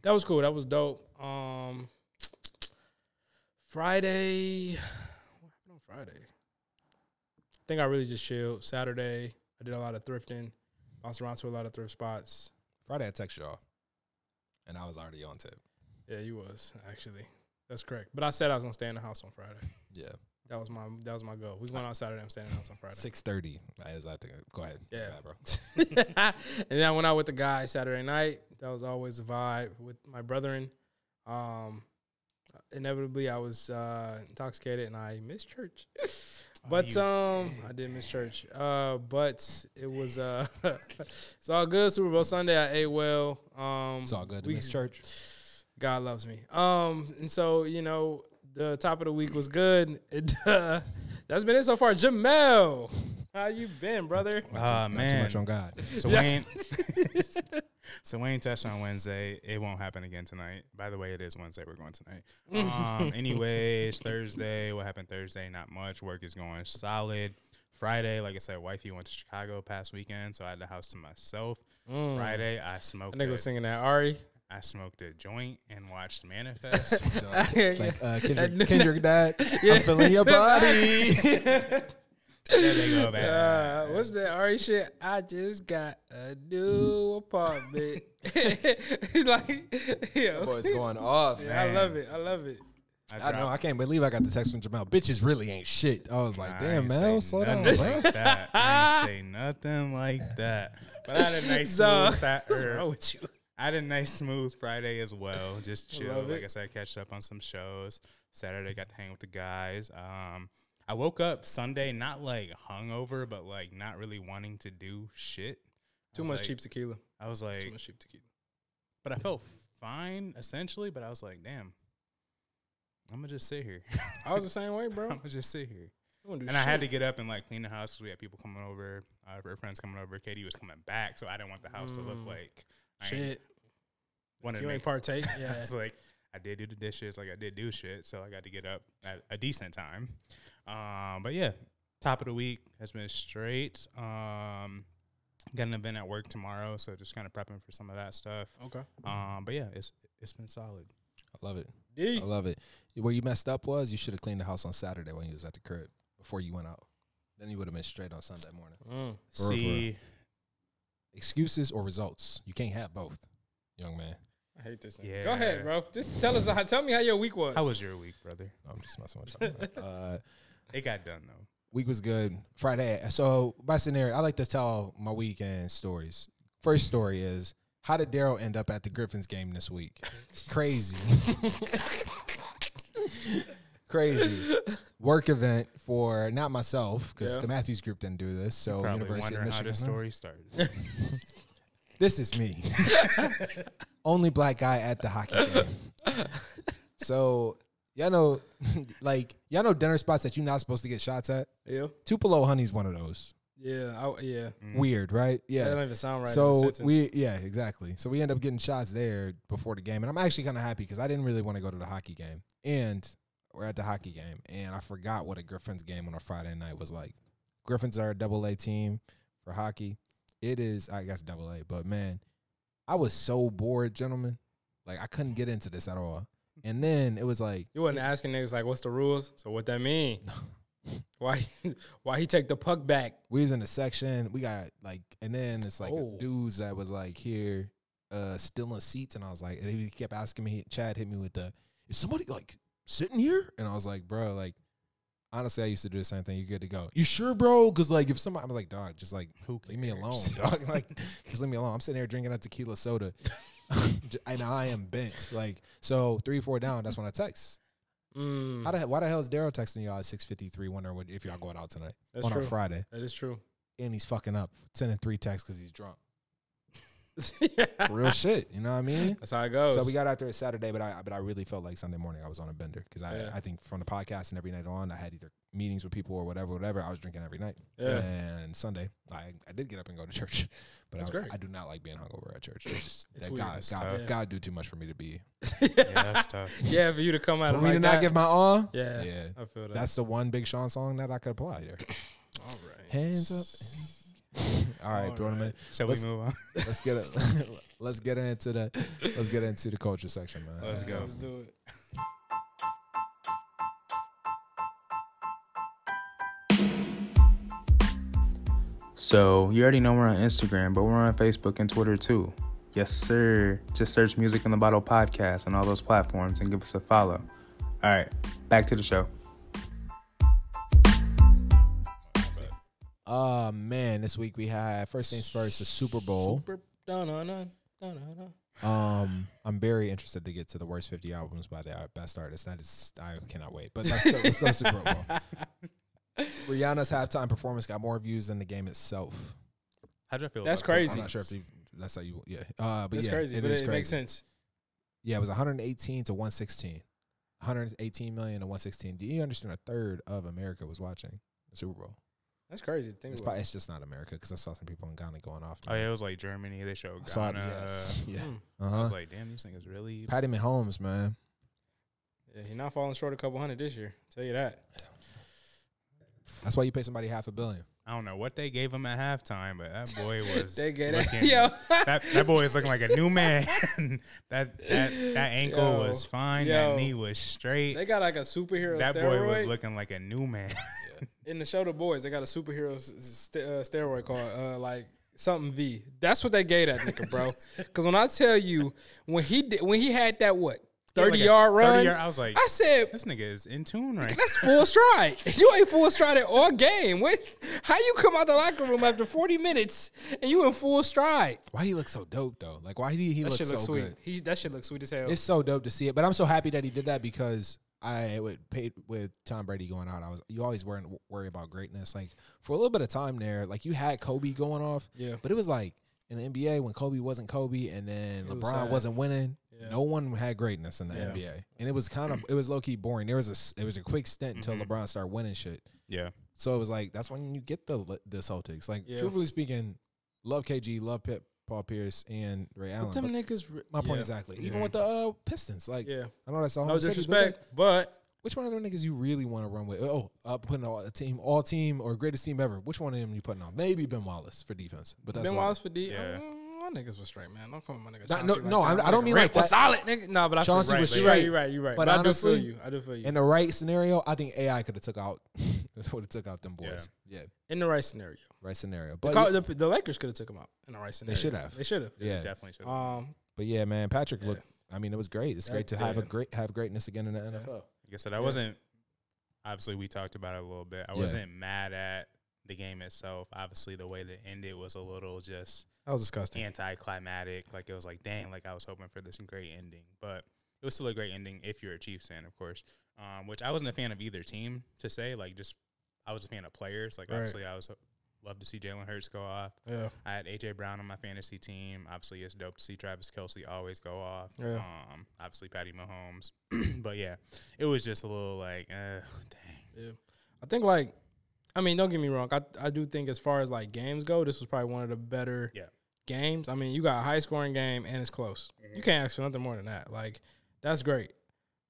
S4: that was cool. That was dope. Um, Friday, what happened on Friday? I think I really just chilled. Saturday, I did a lot of thrifting. Bounced around to a lot of thrift spots.
S1: Friday, I text y'all, and I was already on tip.
S4: Yeah, you was actually. That's correct. But I said I was gonna stay in the house on Friday.
S1: Yeah.
S4: That was my that was my goal. We going out Saturday. I'm staying in the house on Friday.
S1: 6.30. As I think. Go ahead.
S4: Yeah.
S1: bro.
S4: and then I went out with the guy Saturday night. That was always a vibe with my brethren. Um, inevitably, I was uh, intoxicated and I missed church. But
S6: you
S4: um, I did miss church. Uh, but it was uh, it's all good. Super Bowl Sunday, I ate well. Um,
S1: It's all good. to
S4: we-
S1: Miss Church.
S4: God loves me. Um, and so you know, the top of the week was good. It, uh, that's been it so far. Jamel, how you been, brother?
S1: Not
S6: Ah,
S1: too
S6: man.
S1: much on God.
S6: So
S4: Yeah.
S6: Wayne, so Wayne touched on Wednesday. It won't happen again tonight. By the way, it is Wednesday. We're going tonight. Um, anyways, Thursday. What happened Thursday? Not much. Work is going solid. Friday, like I said, wifey went to Chicago past weekend, so I had the house to myself. Friday, I smoked.
S4: That nigga
S6: A,
S4: was singing that Ari.
S6: I smoked a joint and watched Manifest.
S1: Like uh, Kendrick, Kendrick died. I'm feeling your body.
S6: there they go back.
S4: Uh, what's that Ari shit? I just got a new apartment. like, yo,
S1: Boy's going off.
S4: yeah, I love it. I love it.
S1: I know. I can't believe I got the text from Jamal. Bitches really ain't shit. I was like, damn, Mel, slow down, bro.
S6: Like that. I ain't say nothing like that. But I had a nice
S4: Duh.
S6: smooth Sat-
S4: What's
S6: er,
S4: wrong with you?
S6: I had a nice smooth Friday as well. Just chill.
S4: Love
S6: Like
S4: it.
S6: I said, catch up on some shows. Saturday got to hang with the guys. Um, I woke up Sunday not like hungover, but like not really wanting to do shit. I
S4: Too
S6: was
S4: much
S6: like-
S4: cheap tequila.
S6: I was
S4: Too
S6: like,
S4: much cheap tequila.
S6: but I felt fine essentially. But I was like, damn, I'm gonna just sit here.
S4: I was the same way, bro.
S6: I'm gonna just sit here.
S4: I wouldn't do
S6: And I had to
S4: shit.
S6: get up and like clean the house because we had people coming over, uh, her friends coming over. Katie was coming back, so I didn't want the house to
S4: Mm.
S6: look like I ain't
S4: shit.
S6: Wanted
S4: You
S6: to
S4: ain't
S6: make.
S4: partake.
S6: I
S4: Yeah.
S6: was like, I did do the dishes, like I did do shit, so I got to get up at a decent time. Um, but yeah, top of the week has been straight. Um, got an event at work tomorrow, so just kind of prepping for some of that stuff.
S4: okay.
S6: Um, but yeah, it's it's been solid.
S1: I love it.
S4: D.
S1: I love it. Where you messed up was you should have cleaned the house on Saturday when you was at the crib before you went out. Then you would have been straight on Sunday morning.
S4: Mm.
S1: For real, for
S6: See,
S1: Excuses or results. You can't have both, young man.
S4: I hate this. Thing.
S6: Yeah.
S4: Go ahead, bro. Just tell us. How, tell me how your week was.
S6: how was your week, brother?
S1: No, I'm just messing with you. Uh,
S6: It got done though.
S1: week was good. Friday. So my scenario, I like to tell my weekend stories. First story is how did Daryl end up at the Griffins game this week? Crazy. Crazy work event for not myself because
S4: Yeah.
S1: the Matthews group didn't do this. So
S6: Probably
S1: Oh, University of
S6: wondering how
S1: Michigan.
S6: this story started.
S1: This is me. Only black guy at the hockey game. So y'all know, like y'all know dinner spots that you're not supposed to get shots at.
S4: Yeah.
S1: Tupelo Honey's one of those.
S4: Yeah. I, yeah.
S1: Weird, right?
S4: Mm-hmm. That
S1: Yeah.
S4: don't even sound right. in a
S1: so
S4: sentence.
S1: we, yeah, exactly. So we end up getting shots there before the game, and I'm actually kind of happy because I didn't really want to go to the hockey game, and we're at the hockey game, and I forgot what a Griffins game on a Friday night was like. Griffins are a double A team for hockey. It is, I guess, double A, but man, I was so bored, gentlemen. Like I couldn't get into this at all. And then it was like,
S4: You wasn't asking niggas like, what's the rules? So what that mean? why? Why he take the puck back?
S1: we was in the section. We got like, and then it's like
S4: Oh.
S1: dudes that was like here, uh, stealing seats, and I was like, and he kept asking me. Chad hit me with the, is somebody like sitting here? And I was like, bro, like, honestly, I used to do the same thing. You good to go? You sure, bro? Because like, if somebody, I'm like, dog, just like
S6: Who
S1: leave me
S6: cares?
S1: alone, dog. Like, just leave me alone. I'm sitting here drinking a tequila soda, and I am bent. Like, so three, four down. That's when I text.
S4: Mm,
S1: How the hell- why the hell is Daryl texting y'all at six fifty three? Wondering what, if y'all going out tonight
S4: That's
S1: on a
S4: true.
S1: Friday
S4: that is true.
S1: and he's fucking up, sending three texts because he's drunk. Real shit, you know what I mean?
S4: That's how it goes.
S1: So we got out there Saturday, but I but I really felt like Sunday morning I was on a bender because I,
S4: Yeah.
S1: I think from the podcast and every night on I had either meetings with people or whatever whatever I was drinking every night.
S4: Yeah.
S1: And Sunday I, I did get up and go to church, but
S4: That's
S1: I,
S4: great.
S1: I do not like being hungover at church. It's just
S4: It's
S1: that
S4: weird.
S1: God
S4: It's
S1: God,
S4: tough.
S1: God do too much for me to be
S6: yeah, that's tough.
S4: yeah, for you to come out
S1: for
S4: of
S1: me
S4: like
S1: to
S4: that.
S1: not give my all.
S4: yeah,
S1: Yeah,
S4: I feel that.
S1: that's the one Big Sean song that I could apply there.
S4: all right.
S1: Hands up. All right,
S4: All
S1: Broderman.
S4: right.
S6: Shall
S1: Let's-
S6: we move on?
S1: let's get it. let's get into the let's get into the culture section, man.
S6: Let's
S4: Yeah,
S6: go.
S4: Let's do it.
S6: So, you already know we're on Instagram, but we're on Facebook and Twitter too. Yes, sir. Just search Music in the Bottle podcast on all those platforms and give us a follow. All right, back to the show.
S1: Oh man, this week we had first things first, the Super Bowl.
S4: Burp, dun, dun, dun, dun, dun, dun.
S1: Um, I'm very interested to get to the worst 50 albums by the best artist. That is, I cannot wait. But let's, go- let's go to Super Bowl. Rihanna's halftime performance got more views than the game itself.
S6: How'd you feel?
S4: That's
S6: about that?
S4: crazy.
S1: I'm not sure if you, that's how you. Yeah, uh, but
S4: That's
S1: yeah,
S4: crazy,
S1: it
S4: but
S1: is
S4: it,
S1: crazy.
S4: makes sense.
S1: Yeah, it was 118 to 116. 118 million to 116. Do you understand a third of America was watching the Super Bowl?
S4: That's crazy to think
S1: It's,
S4: about.
S1: probably, it's just not America because I saw some people in Ghana going off.
S6: Oh yeah, it was like Germany. They showed
S1: I saw it.
S6: Ghana.
S1: Yes. Yeah.
S4: Hmm.
S6: I
S1: Uh-huh.
S6: was like, damn, these niggas really.
S1: Patty Mahomes, man.
S4: Yeah, he's not falling short a couple hundred this year. Tell you that.
S1: That's why you pay somebody half a billion.
S6: I don't know what they gave him at halftime, but that boy was.
S4: They get it.
S6: looking,
S4: Yo.
S6: that that boy is looking like a new man. that that that ankle
S4: Yo.
S6: was fine.
S4: Yo.
S6: That knee was straight.
S4: They got like a superhero
S6: that
S4: steroid.
S6: boy was looking like a new man.
S4: in the show The Boys, they got a superhero s- s- st- uh, steroid called uh, like something V. That's what they gave that nigga, bro. Because when I tell you, when he did, when he had that what thirty
S6: like a
S4: yard
S6: 30
S4: run,
S6: yard- I was like,
S4: I said.
S6: this nigga is in tune right.
S4: That's full stride. You ain't full stride at all game. What? How you come out the locker room after forty minutes and you in full stride?
S1: Why he look so dope though? Like why he he
S4: That
S1: looks
S4: shit
S1: so
S4: looks sweet.
S1: good?
S4: He that shit looks sweet as hell.
S1: It's so dope to see it. But I'm so happy that he did that because I would paid with Tom Brady going out. I was you always weren't worry about greatness. Like for a little bit of time there, like you had Kobe going off.
S4: Yeah.
S1: But it was like in the NBA when Kobe wasn't Kobe and then
S4: was
S1: LeBron
S4: sad.
S1: was not winning.
S4: Yeah.
S1: No one had greatness in the
S4: Yeah.
S1: NBA. And it was kind of it was low key boring. There was a s- it was a quick stint until
S4: Mm-hmm.
S6: Mhm.
S1: LeBron started winning shit.
S6: Yeah,
S1: So it was like that's when you get the Le- the Celtics. Like
S4: Yeah.
S1: truthfully speaking, love KG, love Pip, Paul Pierce, and Ray Allen.
S4: But them
S1: but
S4: niggas. re-
S1: my point
S4: yeah.
S1: exactly. Even with the uh, Pistons, like
S4: Yeah.
S1: I know that's all.
S4: No disrespect, but
S1: Which one of them niggas you really want to run with? Oh, uh, putting all a team, all team, or greatest team ever. Which one of them you putting on? Maybe Ben Wallace for defense, but that's
S4: Ben
S1: what-
S4: Wallace for D.
S6: Yeah.
S4: mm, My niggas was straight, man. Don't call my nigga.
S1: Nah,
S4: Chauncey
S1: no,
S4: like
S1: no,
S4: that.
S1: I'm-
S4: My
S1: I don't
S4: nigga
S1: mean like
S4: Rip
S1: that.
S4: was solid, nigga. No, but I
S1: Chauncey
S4: feel
S1: was
S4: you. You're right,
S1: straight.
S4: you're right, you're right.
S1: But
S4: But, I do feel
S1: honestly,
S4: you. I do feel you.
S1: In the right scenario, I think AI could have took out would have took out them boys. Yeah,
S4: in the right scenario,
S1: right scenario.
S4: the,
S1: But
S4: Col- the, the Lakers could have took him out in the right scenario.
S1: should have.
S4: They should have.
S1: yeah,
S6: definitely should.
S4: Um,
S1: but yeah, man, Patrick looked. I mean, it was great. It's
S4: That-
S1: great to have a
S4: yeah.
S1: great have greatness again in the NFL.
S6: like I said, I wasn't. Obviously, we talked about it a little bit. I
S1: Yeah.
S6: wasn't mad at the game itself. Obviously, the way that ended was a little just
S4: that was disgusting.
S6: anticlimactic. Like it was like, dang, like I was hoping for this great ending, but it was still a great ending if you're a Chiefs fan, of course. Um, which I wasn't a fan of either team to say. Like just, I was a fan of players. Like
S4: Right.
S6: obviously, I was love to see Jalen Hurts go off.
S4: Yeah,
S6: I had AJ Brown on my fantasy team. Obviously, it's dope to see Travis Kelsey always go off.
S4: Yeah.
S6: Um, obviously, Patty Mahomes. but yeah, it was just a little like, uh, dang.
S4: yeah. I think like, I mean, don't get me wrong. I I do think as far as like games go, this was probably one of the better
S6: Yeah.
S4: games. I mean, you got a high scoring game and it's close.
S6: Mm-hmm.
S4: You can't ask for nothing more than that. Like, that's great.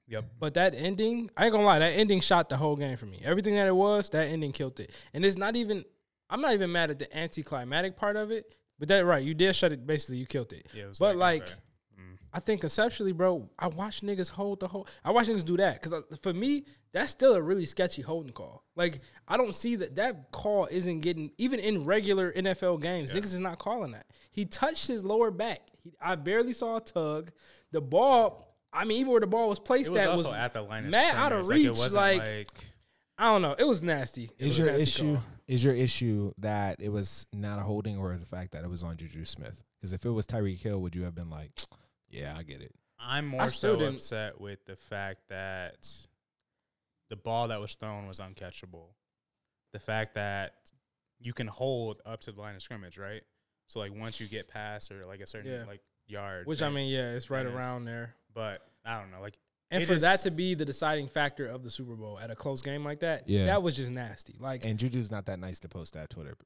S6: Yep.
S4: But that ending, I ain't gonna lie, that ending shot the whole game for me. Everything that it was, that ending killed it. And it's not even, I'm not even mad at the anticlimactic part of it. But that right, you did shut it. Basically, you killed it.
S6: Yeah, it was
S4: but like,
S6: okay.
S4: I think conceptually, bro, I watch niggas hold the whole. I watch niggas do that because for me, that's still a really sketchy holding call. Like, I don't see that that call isn't getting even in regular NFL games. Niggas is not calling that. He touched his lower back. He, I barely saw a tug. The ball. I mean, even where the ball was placed,
S6: it was
S4: that
S6: also
S4: was
S6: at the line of
S4: mad out of
S6: scrimmage.
S4: reach. Like, I don't know. It was nasty. It
S1: Is
S4: was a
S1: your
S4: nasty
S1: issue
S4: call.
S1: is your issue that it was not a holding or the fact that it was on Juju Smith? Because if it was Tyreek Hill, would you have been like, yeah, I get it?
S6: I'm more
S4: still
S6: so
S4: didn't-
S6: upset with the fact that the ball that was thrown was uncatchable. The fact that you can hold up to the line of scrimmage, right? So like once you get past or like a certain
S4: Yeah.
S6: like yard,
S4: Which I
S6: right?
S4: mean, yeah, it's right
S6: It is.
S4: around there.
S6: but I don't know, like
S4: And
S6: it
S4: for that
S6: just-
S4: to be the deciding factor of the Super Bowl at a close game like that,
S1: Yeah.
S4: that was just nasty. Like,
S1: And Juju's not that nice to post that Twitter.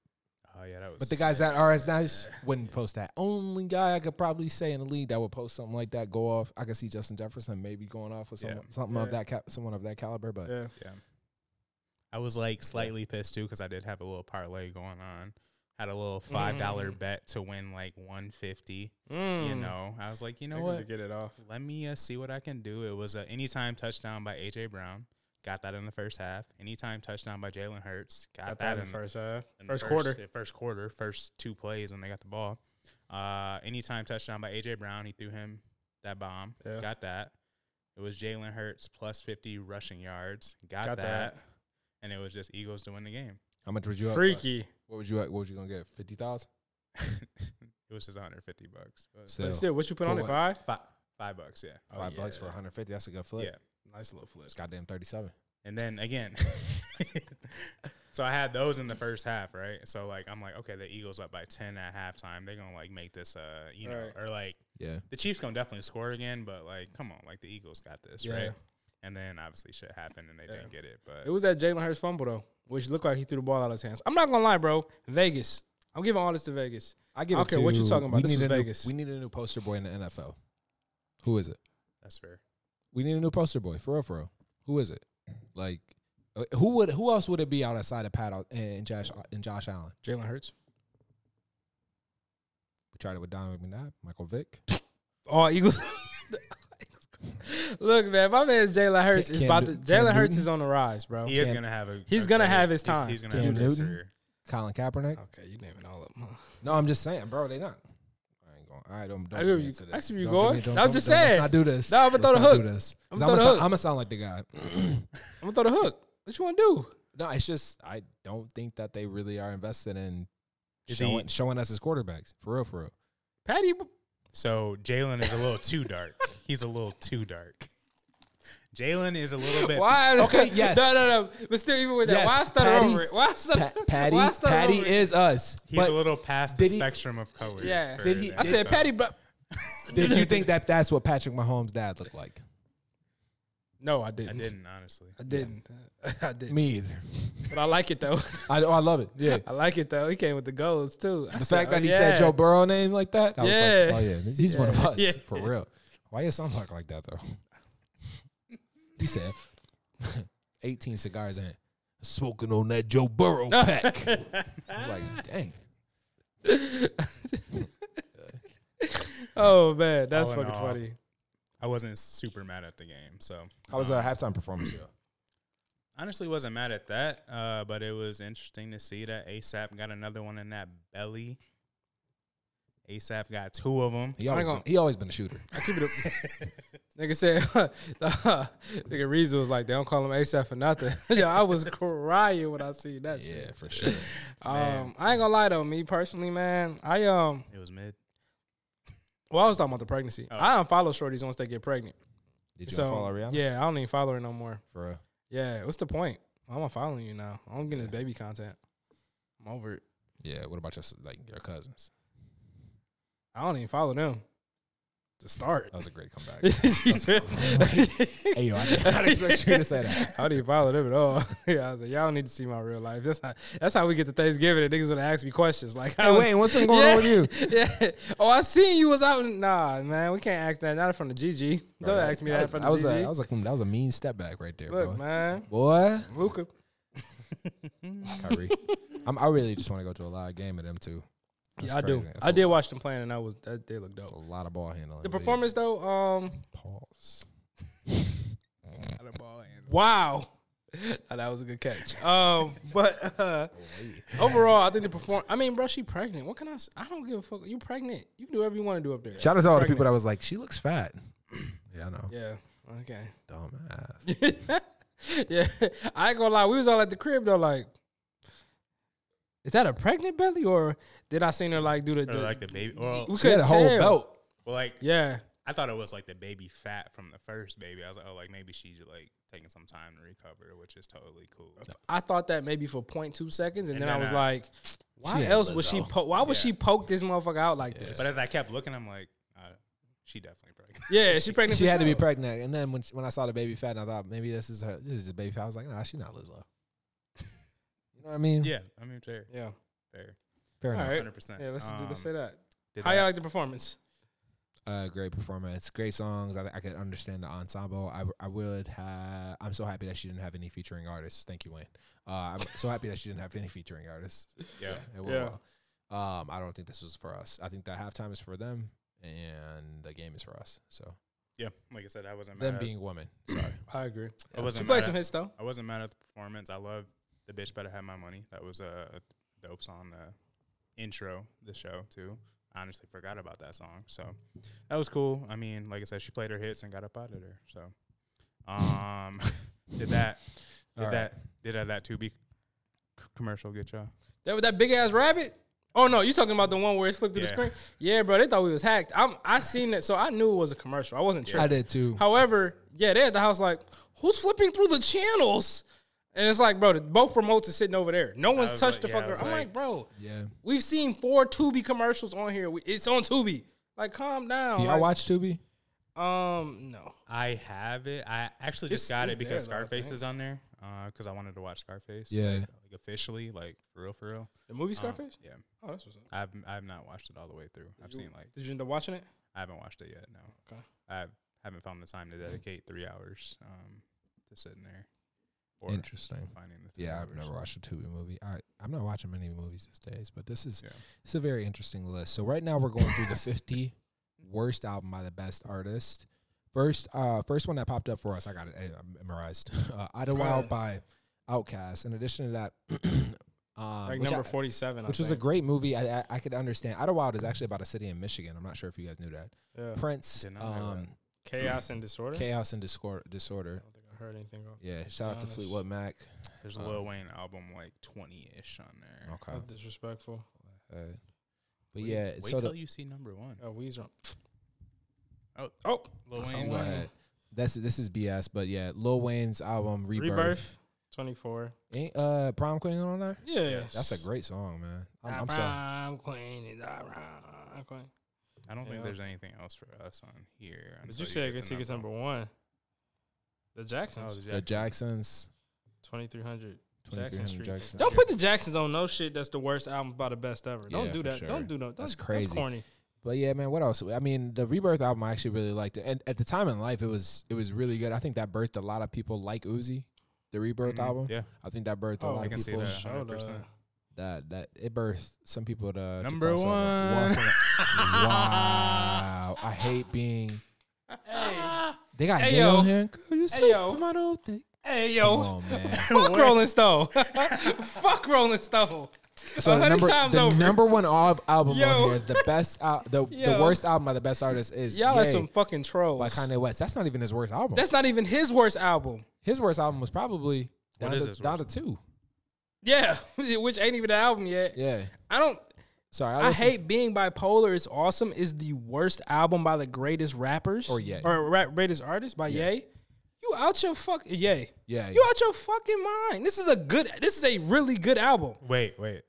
S6: oh yeah, that was.
S1: But the guys that are as nice wouldn't post that. Only guy I could probably say in the league that would post something like that go off. I could see Justin Jefferson maybe going off with
S6: Yeah.
S1: someone, something of
S4: Yeah.
S1: that cap, someone of that caliber. But
S4: yeah.
S6: yeah, I was like slightly pissed too because I did have a little parlay going on. Had a little five dollar bet to win like one fifty. You
S4: Mm.
S6: know, I was like, you know
S4: Niggas
S6: what?
S4: to get it off.
S6: let me uh, see what I can do. It was an anytime touchdown by AJ Brown. Got that in the first half. Anytime touchdown by Jalen Hurts. Got,
S4: Got
S6: that,
S4: that in
S6: the-
S4: first half,
S6: in the
S4: first quarter.
S6: the First quarter. First two plays when they got the ball. Uh, anytime touchdown by AJ Brown. He threw him that bomb.
S4: Yeah.
S6: Got that. It was Jalen Hurts plus fifty rushing yards. Got,
S4: Got
S6: that.
S4: that.
S6: And it was just Eagles to win the game.
S1: how much would you up-
S4: Freaky.
S1: What would you What was you gonna get? Fifty thousand.
S6: it was just one hundred fifty bucks. But
S4: But still, what you put
S1: For
S4: on
S1: what?
S4: it? Five?
S6: five, five bucks, yeah,
S4: Oh,
S1: Five bucks
S4: yeah.
S1: for 150. That's a good flip.
S6: yeah.
S4: Nice little flip.
S1: It's goddamn 37.
S6: And then again, So I had those in the first half, right? So like I'm like, okay, the Eagles up by ten at halftime. They're gonna like make this, uh, you know,
S4: Right.
S6: or like
S1: Yeah.
S6: the Chiefs gonna definitely score again, but like, come on, like the Eagles got this,
S4: Yeah.
S6: right? And then obviously shit happened and they
S4: Yeah.
S6: didn't get it, but
S4: It was that Jalen Hurts fumble though, which looked like he threw the ball out of his hands. I'm not gonna lie, bro. Vegas. I'm giving all this to Vegas.
S1: I give
S4: I
S1: it
S4: don't care what you're
S1: to-
S4: talking about.
S1: we
S4: This
S1: need
S4: was
S1: a new-
S4: Vegas.
S1: we need a new poster boy in the NFL. Who is it?
S6: that's fair.
S1: We need a new poster boy for real, for real. Who is it? Like, uh, who would who else would it be outside of Pat Al- and Josh and Josh Allen?
S4: Jalen Hurts.
S1: We tried it with Donovan McNabb, Michael Vick.
S4: Oh, Eagles. Look, man, my man's Jalen Hurts is
S1: Cam
S4: about to.
S1: Newt-
S4: Jalen
S1: Cam
S4: Hurts
S1: Newton?
S4: is on the rise, bro.
S6: He is
S1: Cam-
S6: gonna have a
S4: He's
S6: a
S4: gonna
S6: great-
S4: have his
S6: he's-
S4: time.
S6: He's, gonna
S1: Cam
S6: have his
S1: Newton?
S6: career.
S1: Colin Kaepernick.
S4: Okay, you naming all of them. huh?
S1: No, I'm just saying, bro. They not. I ain't going. I don't. don't
S4: I agree
S1: get
S4: with you.
S1: into
S4: I
S1: this.
S4: see where you
S1: Don't get
S4: going.
S1: me- don't-
S4: I'm
S1: don't-
S4: just
S1: don't- Let's
S4: saying.
S1: not do this.
S4: No, I'ma
S1: Let's
S4: throw the
S1: not do
S4: hook.
S1: this. 'Cause
S4: I'ma
S1: I'm
S4: throw
S1: gonna
S4: the
S1: sound-
S4: hook.
S1: I'm gonna sound like the guy.
S4: I'm gonna throw the hook. What you wanna do?
S1: no, it's just I don't think that they really are invested in
S6: Is
S1: showing
S6: he-
S1: showing us as quarterbacks for real, for real.
S4: Patty
S6: So Jalen is a little too dark. He's a little too dark. Jalen is a little bit.
S4: why
S1: Okay, yes.
S4: No, no, no. But still even with that,
S1: Yes,
S4: why stutter
S1: Patty-
S4: over it? Why stutter
S1: Pa- Patty,
S4: why stutter
S1: Patty
S4: over it?
S1: is us.
S6: He's
S1: but
S6: a little past the
S1: did he-
S6: spectrum of color.
S4: Yeah.
S6: for
S1: Did he-
S6: that.
S4: I said
S6: So-
S4: Patty but
S1: did you think that that's what Patrick Mahomes' dad looked like?
S4: No, I
S6: I
S4: didn't.
S6: didn't honestly.
S4: I didn't. I didn't.
S1: Me either.
S4: But I like it though.
S1: I, oh, I love it. Yeah.
S4: I like it though. He came with the goals too. I
S1: The
S4: said,
S1: fact
S4: oh,
S1: that he
S4: yeah.
S1: said Joe Burrow name like that, I
S4: Yeah.
S1: was like, oh yeah, he's he's one of
S4: Yeah.
S1: us
S4: Yeah.
S1: for real. Why your son talk like that though? He said, eighteen cigars in, smoking on that Joe Burrow pack. I was like, dang,
S4: Oh man, that's
S6: All in
S4: fucking
S6: all.
S4: funny.
S6: I wasn't super mad at the game, so
S1: how was a halftime performance? though?
S6: honestly wasn't mad at that. Uh, but it was interesting to see that ASAP got another one in that belly. ASAP got two of them.
S1: He always,
S4: gonna-
S1: been, he always been a shooter.
S4: I keep it up. Nigga said, nigga Reezy was like, they don't call him ASAP for nothing. Yo, I was crying when I seen that shit.
S1: Yeah, for sure.
S4: Um, I ain't gonna lie though, me personally, man, I um,
S6: It was mid.
S4: well, I was talking about the pregnancy. I unfollow shorties once they get pregnant.
S1: Did you
S4: so
S1: follow Rihanna?
S4: yeah, I don't even follow her no more.
S1: For real?
S4: Yeah, what's the point? I'm unfollowing you now. I'm getting this baby content. I'm over it.
S1: Yeah. What about your s- like your cousins?
S4: I don't even follow them to start.
S1: That was a great comeback.
S4: I
S1: hey yo, I did not expect you to say that.
S4: don't even follow them at all. yeah, I was like, y'all don't need to see my real life. That's how that's how we get to Thanksgiving and niggas would ask me questions. Like, I
S1: Hey,
S4: don't-
S1: Wayne, what's been going on with you?
S4: yeah. Oh, I seen you was out. in- Nah, man, we can't ask that. Not from the GG. Don't ask me that, from the
S1: was
S4: GG.
S1: a, I was like, mm, that was a mean step back right there,
S4: Look,
S1: boy.
S4: man,
S1: Boy,
S4: Luca.
S1: Kyrie. I'm, I really just want to go to a live game of them too. That's
S4: Yeah, I do.
S1: crazy. That's
S4: I
S1: a-
S4: did watch them playing, and I was that they looked
S1: That's a
S4: dope.
S1: lot of ball handling.
S4: The
S1: Really.
S4: performance though, um,
S1: Pause.
S4: wow, Nah, that was a good catch. Um, but uh, overall, I think the perform. I mean, bro, she pregnant. What can I? s- I don't give a fuck. You pregnant? You can do whatever you want to do up there.
S1: Shout out to all the people
S4: Pregnant.
S1: that was like, she looks fat. Yeah, I know.
S4: Yeah. Okay.
S1: Dumbass.
S4: yeah, I ain't gonna lie. We was all at the crib though. Like, is that a pregnant belly or did I seen her like do the?
S6: Or
S4: the-
S6: like the baby. Well,
S4: we
S1: She had
S4: couldn't
S1: a whole
S4: tell.
S1: belt.
S6: well, like
S4: Yeah,
S6: I thought it was like the baby fat from the first baby. I was like, oh, like maybe she's like taking some time to recover, which is totally cool.
S4: I thought that maybe for 0.2 seconds, and,
S6: And
S4: then, I
S6: then
S4: was
S6: I-
S4: like, why
S1: She ain't
S4: else would she?
S1: Lizzo.
S4: Po- why would
S6: Yeah.
S4: she poke this motherfucker out like this?
S6: But as I kept looking, I'm like, uh, she definitely pregnant.
S4: Yeah, she pregnant.
S1: She
S4: for
S1: had to be
S4: sure.
S1: pregnant, and then when she- when I saw the baby fat, and I thought maybe this is her. This is the baby fat. I was like, nah, she's not Lizzo. You know what I mean?
S6: yeah, I mean, fair,
S4: Yeah.
S6: fair,
S1: Fair
S4: All
S1: enough.
S4: right.
S6: hundred percent. Um,
S4: Yeah. Let's do let's say that.
S6: Did
S4: How
S6: that-
S4: y'all like the performance?
S1: uh, great performance, great songs. I, I could understand the ensemble. I, I would have. I'm so happy that she didn't have any featuring artists. Thank you, Wayne. Uh, I'm so happy that she didn't have any featuring artists.
S6: yeah.
S1: It went
S4: Yeah.
S1: well. Um, I don't think this was for us. I think that halftime is for them, and the game is for us. So
S6: Yeah, like I said, I wasn't
S1: them
S6: mad. At,
S1: being women. Sorry,
S4: I agree.
S6: I
S4: She
S6: wasn't
S4: played
S6: mad
S4: some
S6: at,
S4: hits though.
S6: I wasn't mad at the performance. I love the bitch better have my money. That was a a dope song. The intro, the show too. I honestly forgot about that song, so that was cool. I mean, like I said, she played her hits and got up out of there. So, um, did that? Did
S1: All right.
S6: that? Did that? That two B commercial get y'all?
S4: That with that big ass rabbit. Oh no, you talking about the one where it slipped through
S6: Yeah.
S4: the screen? Yeah, bro. They thought we was hacked. I'm. I seen that, so I knew it was a commercial. I wasn't tripping.
S1: I did too.
S4: However, yeah, they at the house like, who's flipping through the channels? And it's like, bro, the- both remotes are sitting over there. No one's
S6: was
S4: touched
S6: like-
S4: the
S6: yeah, I
S4: fucker.
S6: was
S4: I'm
S6: like-
S4: like, bro,
S1: Yeah.
S4: we've seen four Tubi commercials on here. We, it's on Tubi. Like, calm down.
S1: Do y'all
S4: Like,
S1: watch Tubi?
S4: Um, no.
S6: I have it. I actually
S4: It's-
S6: just got
S4: it's
S6: it because
S4: there, though, I
S6: Scarface
S4: think.
S6: is on there because I wanted to watch Scarface.
S1: Yeah.
S6: like, like, officially, like for real, for real.
S4: The movie
S6: Uh,
S4: Scarface?
S6: yeah,
S4: oh, that's what's up.
S6: I've I've not watched it all the way through. I've
S4: You-
S6: seen like
S4: Did you end up watching it?
S6: I haven't watched it yet. No,
S4: Okay.
S6: I haven't found the time to dedicate three hours um, to sitting there. Or
S1: Interesting.
S6: Finding the three
S1: Yeah,
S6: hours.
S1: I've never watched a Tubi movie. I I'm not watching many movies these days, but this is
S6: Yeah.
S1: it's a very interesting list. So right now we're going through the 50 worst album by the best artist. First, uh, first one that popped up for us, I got it eh, I memorized. Uh, Idlewild by Outkast. In addition to that, um,
S4: Like
S1: which
S4: number
S1: I-
S4: 47.
S1: which
S4: I
S1: was a
S4: think.
S1: great movie. I, I I could understand. Idlewild is actually about a city in Michigan. I'm not sure if you guys knew that.
S4: Yeah.
S1: Prince,
S6: Did not know
S1: um,
S4: Chaos and Disorder. I
S1: Chaos and Discord, Disorder.
S4: don't think I heard anything. Of.
S1: Yeah, shout out to
S4: Nice.
S1: Fleetwood Mac.
S6: There's a
S1: Um,
S6: Lil Wayne album like twenty ish on there.
S1: Okay,
S4: That's disrespectful.
S1: Uh, Oh, but
S6: Wait-
S1: yeah,
S6: wait
S1: so the-
S6: till you see number one.
S4: Oh, Weezer.
S6: Oh.
S4: oh,
S6: Lil
S1: So
S6: Wayne.
S1: go ahead. That's this is BS, but yeah, Lil Wayne's album Rebirth.
S4: Rebirth. 24.
S1: Ain't uh Prom Queen on there?
S4: Yeah,
S1: That's a great song, man. I'm, I'm sorry.
S4: Prime queen is our prime queen.
S6: I don't
S4: Yeah.
S6: think there's anything else for us on here.
S4: But
S6: until
S4: you said
S6: get
S4: gets
S6: to
S4: gets number one. The
S6: Oh,
S4: Jacksons,
S6: the
S1: The Jacksons,
S4: twenty three hundred.
S1: 2300
S4: Street.
S1: Jackson.
S4: Don't put the Jacksons on no shit. That's the worst album by the best ever. Don't
S1: Yeah,
S4: do
S1: for
S4: that.
S1: sure.
S4: Don't do no. That's,
S1: That's
S4: crazy.
S1: crazy.
S4: That's corny.
S1: But yeah, man, what else? I mean, the Rebirth album I actually really liked it. And at the time in life it was it was really good. I think that birthed a lot of people like Uzi, the Rebirth
S6: Mhm.
S1: album.
S6: Yeah,
S1: I think that birthed a
S4: Oh,
S1: lot
S6: I
S1: of
S6: can see
S1: people
S6: that.
S1: that.
S6: 100%.
S4: Shoulda.
S1: that it birthed some people to to
S6: Number
S1: cross over.
S6: one.
S1: wow. I hate being
S4: Hey,
S1: they got
S4: Hey,
S1: Ye on
S4: yo.
S1: here. Girl, you
S4: Hey,
S1: sleep
S4: yo. Oh.
S1: with my old thing.
S4: hey,
S1: Come
S4: yo!
S1: on, man.
S4: Fuck Rolling Stone. Fuck Rolling Stone.
S1: So
S4: A
S1: the
S4: hundred
S1: number,
S4: times
S1: the
S4: over.
S1: number one al- album
S4: Yo.
S1: on here, the best, al- the, the
S4: Yo.
S1: worst album by the best artist is
S4: Y'all are
S1: Ye
S4: some fucking trolls.
S1: by Kanye West. That's not even his worst album.
S4: That's not even his worst album.
S1: his worst album was probably down,
S6: What is
S1: to,
S6: his
S1: down to
S6: worst
S1: two.
S4: Yeah, which ain't even an album yet.
S1: Yeah,
S4: I don't.
S1: sorry, I,
S4: I
S1: listened-
S4: hate being bipolar. It's awesome. Is the worst album by the greatest rappers
S1: Or Ye.
S4: or ra- greatest artist by Ye. You out your fuck Ye.
S1: Yeah,
S4: You out your fucking mind. This is a good. This is a really good album.
S6: Wait, wait.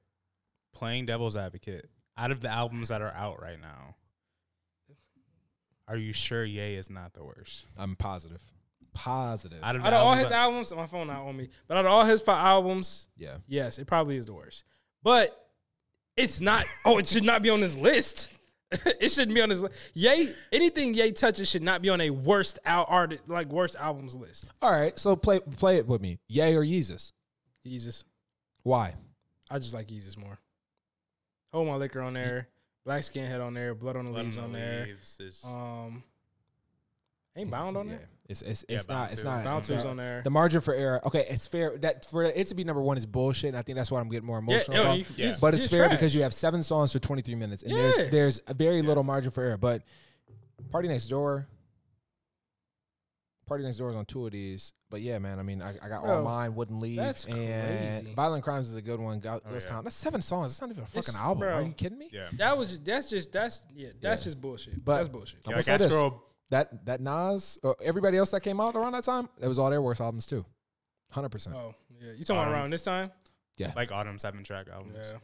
S6: Playing devil's advocate. Out of the albums that are out right now, are you sure Ye is not the worst?
S1: I'm positive, positive.
S6: Out of, the
S4: Out of all his
S6: that-
S4: albums, my phone not on me. But out of all his five albums,
S1: yeah,
S4: yes, it probably is the worst. But it's not. Oh, it should not be on this list. it shouldn't be on this list. Ye, anything Ye touches should not be on a worst out artist like worst albums list.
S1: all right. So play play it with me. Yay or Yeezus?
S4: Yeezus.
S1: Why?
S4: I just like Yeezus more. Hold my liquor on there. Black skinhead on there. Blood on the
S6: Let 'Em
S4: leaves
S6: Know
S4: on there.
S6: Leaves is-
S4: Um, ain't bound on
S1: Yeah.
S4: there.
S1: It's it's,
S6: Yeah,
S1: it's
S6: Bound
S1: not it's
S6: Two.
S1: not
S4: Bound
S1: the-
S4: Two's on there.
S1: The margin for error. Okay, it's fair that for it to be number one is bullshit, and I think that's why I'm getting more
S4: Yeah,
S1: emotional.
S4: yo,
S1: about.
S4: you-
S6: Yeah.
S4: you-
S1: But it's
S4: you
S1: fair
S4: trash.
S1: because you have seven songs for 23 minutes, and
S4: Yeah.
S1: there's there's a very little margin for error. But Party Next Door, Party Next Door is on two of these. But yeah, man, I mean, I, I got
S4: Bro,
S1: All Mine, Wouldn't Leave,
S4: that's
S1: and
S4: crazy.
S1: Violent Crimes is a good one. Go,
S6: Oh,
S1: Ghost
S6: yeah.
S1: Town. That's seven songs. It's not even a fucking
S4: It's-
S1: album. Are
S4: bro.
S1: you kidding me?
S6: yeah.
S4: That was just, that's just that's yeah that's
S1: Yeah.
S4: just bullshit.
S1: But-
S4: that's bullshit.
S1: I'm
S6: Yeah,
S1: gonna
S6: like,
S1: say
S6: I
S1: this.
S6: scroll-
S1: That that Nas, or everybody else that came out around that time, that was all their worst albums too. Hundred percent,
S4: Oh yeah, you talking about
S6: Um,
S4: around this time?
S6: like Autumn seven track albums.
S4: Yeah.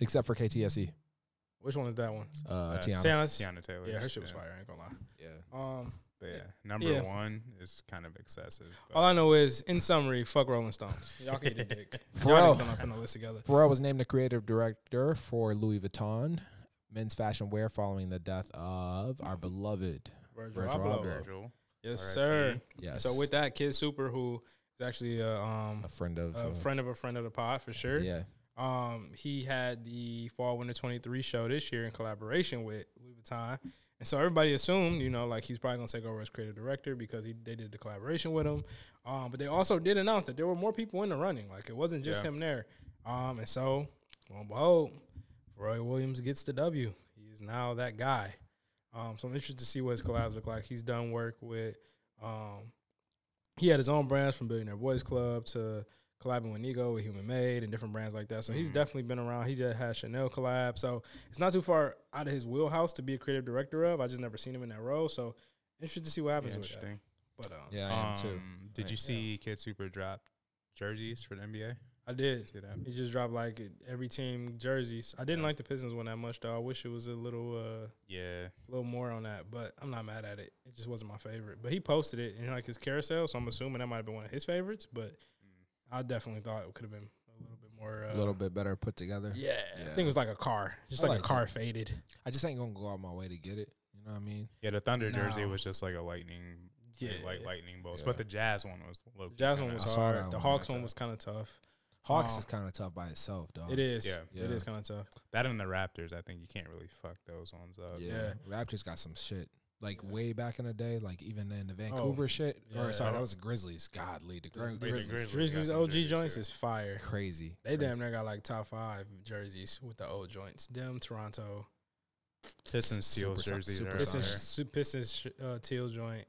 S1: except for KTSE.
S4: Which one is that one?
S1: E, Uh,
S6: Uh,
S1: Tiana.
S4: Tiana's.
S6: Tiana Taylor.
S4: Yeah, her shit was fire. I ain't gonna lie.
S1: Yeah.
S4: Um,
S6: But yeah, number
S4: Yeah. Oh,
S6: one is kind of excessive. but-
S4: all I know is, in summary, fuck Rolling Stones. Y'all can eat a dick.
S1: For
S4: Y'all
S1: real.
S4: niggas don't up in the list together.
S1: Pharrell was named the creative director for Louis Vuitton men's fashion wear following the death of our beloved.
S4: Virgil
S1: Virgil
S4: Abloh.
S1: Abloh.
S6: Virgil.
S4: Yes,
S6: RIP.
S4: sir.
S1: Yes.
S4: So with that, Kid Super, who is actually a, um,
S1: a friend of
S4: a
S1: uh,
S4: friend of a friend of the pod for sure.
S1: Yeah.
S4: Um, he had the Fall Winter 23 show this year in collaboration with Louis Vuitton. And so everybody assumed, you know, like he's probably gonna take over as creative director because he they did the collaboration with him. Um, but they also did announce that there were more people in the running. Like it wasn't just
S6: Yeah.
S4: him there. Um, and so lo and behold, Roy Williams gets the W. He is now that guy. Um, so I'm interested to see what his collabs look like. He's done work with um, he had his own brands from Billionaire Boys Club to collabing with Nigo with Human Made and different brands like that. So he's definitely been around. He just had Chanel collab. So it's not too far out of his wheelhouse to be a creative director of. I just never seen him in that role. So interested to see what
S6: Yeah,
S4: happens with that.
S6: interesting.
S4: But um,
S1: Yeah, I am too.
S6: Um, did you see Kid Super drop jerseys for the NBA?
S4: I did.
S6: See that?
S4: He just dropped like every team jerseys. I didn't like the Pistons one that much though. I wish it was a little uh
S6: Yeah.
S4: little more on that, but I'm not mad at it. It just wasn't my favorite. But he posted it in like his carousel, so I'm assuming that might have been one of his favorites, but I definitely thought it could have been a little bit more uh,
S1: a little bit better put together.
S4: Yeah. I think
S1: Yeah.
S4: it was like a car. Just
S1: I
S4: like a
S1: liked
S4: car
S1: it.
S4: faded.
S1: I just ain't gonna go out my way to get it. You know what I mean?
S6: Yeah, the Thunder jersey
S4: No.
S6: was just like a lightning, yeah,
S4: Yeah.
S6: like lightning bolts.
S1: Yeah.
S6: But the Jazz one was low.
S4: The Jazz one was
S1: I saw
S4: hard.
S1: that Uh,
S4: The
S1: one.
S4: Hawks
S6: That's
S4: one
S6: tough.
S4: was kinda tough.
S1: Hawks
S4: Um,
S1: is kind of tough by itself, dog.
S4: It is.
S6: Yeah.
S4: It
S1: Yeah.
S4: is kinda tough.
S6: that and the Raptors. I think you can't really fuck those ones up.
S1: Yeah. Raptors got some shit. Like way back in the day, like even in the Vancouver
S4: Vancouver
S1: shit.
S4: Oh, Yeah.
S1: Or sorry, that was the Grizzlies. Godly, the, Gri-
S4: the
S1: Grizzlies.
S6: Grizzlies.
S4: Grizzlies
S6: got some
S4: OG
S6: jerseys
S4: joints
S6: too.
S4: is fire.
S1: Crazy.
S4: They damn
S1: crazy.
S4: near got like top five jerseys with the old joints. Them Toronto
S6: Pistons teal
S1: Super-
S6: jerseys
S1: super
S6: are up
S1: Sonic.
S6: there.
S4: Pistons, su- Pistons sh- uh, teal joint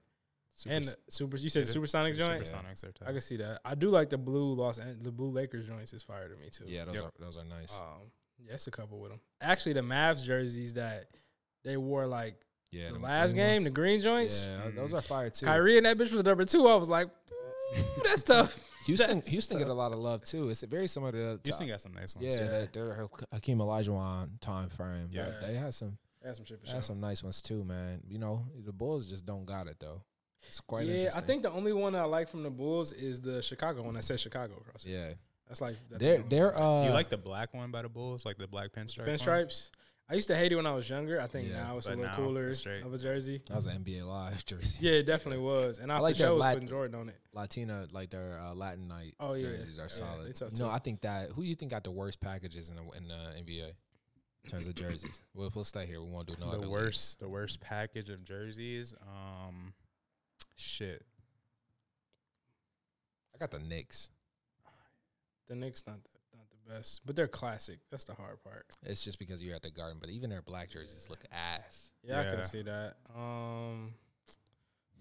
S6: Super
S4: and
S6: s-
S4: the super. You said
S6: it is-
S4: supersonic
S6: the
S4: joint.
S6: Supersonics are tough.
S4: I can see that. I do like the blue Los An- the blue Lakers joints is fire to me too.
S1: Yeah, those
S6: Yep.
S1: are those are nice.
S4: Um, yeah, it's a couple with them. Actually, the Mavs jerseys that they wore like
S1: yeah,
S4: the
S1: them
S4: last
S1: green
S4: game,
S1: ones.
S4: the Mm-hmm. green joints.
S1: Yeah, those are fire too.
S4: Kyrie and that bitch was number two. I was like, "Ooh, that's tough.
S1: Houston,
S4: That's
S1: Houston get
S4: tough.
S1: a lot of love too. It's very similar to, to
S6: Houston got some nice ones.
S1: yeah, That, their Hakeem Olajuwon time frame. Yeah,
S6: Yeah.
S1: they had some
S4: That's some shit for
S1: they had some nice ones too, man. You know, the Bulls just don't got it though. It's quite
S4: yeah, I
S1: interesting.
S4: think the only one I like from the Bulls is the Chicago one that says Chicago across. it.
S1: yeah,
S4: That's like I think
S1: they're
S4: the-
S1: they're uh,
S6: Do you like the black one by the Bulls, like the black pinstripe? one?
S4: pinstripes. I used to hate it when I was younger. I think
S1: Yeah,
S4: now it's a
S6: but
S4: little
S6: now
S4: cooler
S6: it's straight.
S4: of a jersey.
S1: that was an NBA live jersey.
S4: Yeah, it definitely was. And I,
S1: I
S4: for
S1: like that
S4: sure was
S1: black-
S4: putting Jordan on it.
S1: Latina like their uh, Latin night
S4: Oh, yeah.
S1: jerseys are
S4: Yeah, they
S1: solid.
S4: tough,
S1: no,
S4: too.
S1: I think that who you think got the worst packages in the in the NBA in terms of jerseys. we'll, we'll stay here. We won't do no other
S6: the
S1: league.
S6: worst, the worst package of jerseys. Um, shit.
S1: I got the Knicks.
S4: The Knicks not the, not the best, but they're classic. That's the hard part.
S1: It's just because you're at the Garden, but even their black jerseys look ass.
S4: Yeah, I
S6: Yeah.
S4: can see that. Um,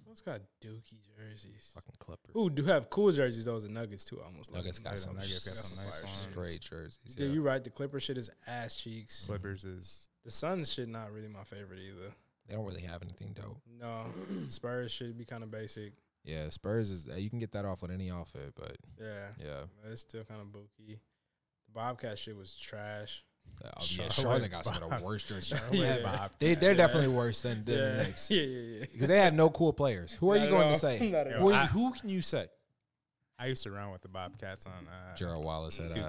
S4: who's got Dookie jerseys?
S1: Fucking Clippers.
S4: Who do have cool jerseys? Those are Nuggets too. I almost love
S1: Nuggets
S4: them.
S1: got
S6: Yeah,
S1: some,
S6: Nuggets got
S1: s-
S6: some nice
S1: straight
S6: ones.
S1: straight jerseys.
S4: Yeah,
S1: Yeah.
S4: you're right. The Clipper shit is ass cheeks.
S6: Clippers is
S4: The Suns shit not really my favorite either.
S1: They don't really have anything dope.
S4: No, Spurs should be kind of basic.
S1: Yeah, Spurs is uh, you can get that off with any outfit, but
S4: Yeah,
S1: yeah,
S4: but it's still kind of booky. The Bobcat shit was trash.
S1: Uh, yeah,
S6: Charlotte
S1: Charlotte got some of the worst jerseys.
S4: Yeah.
S1: They they're
S4: Yeah.
S1: definitely worse than, than
S4: Yeah.
S1: the Knicks
S4: yeah, yeah, yeah.
S1: because they have no cool players. Who are
S4: Not
S1: you
S4: at
S1: going
S4: all.
S1: to say?
S4: Not at
S6: Yo,
S1: Who, are
S4: all.
S1: you-
S6: I-
S1: who can you say?
S6: I used to run with the Bobcats on uh,
S1: Gerald Wallace had
S6: 2K.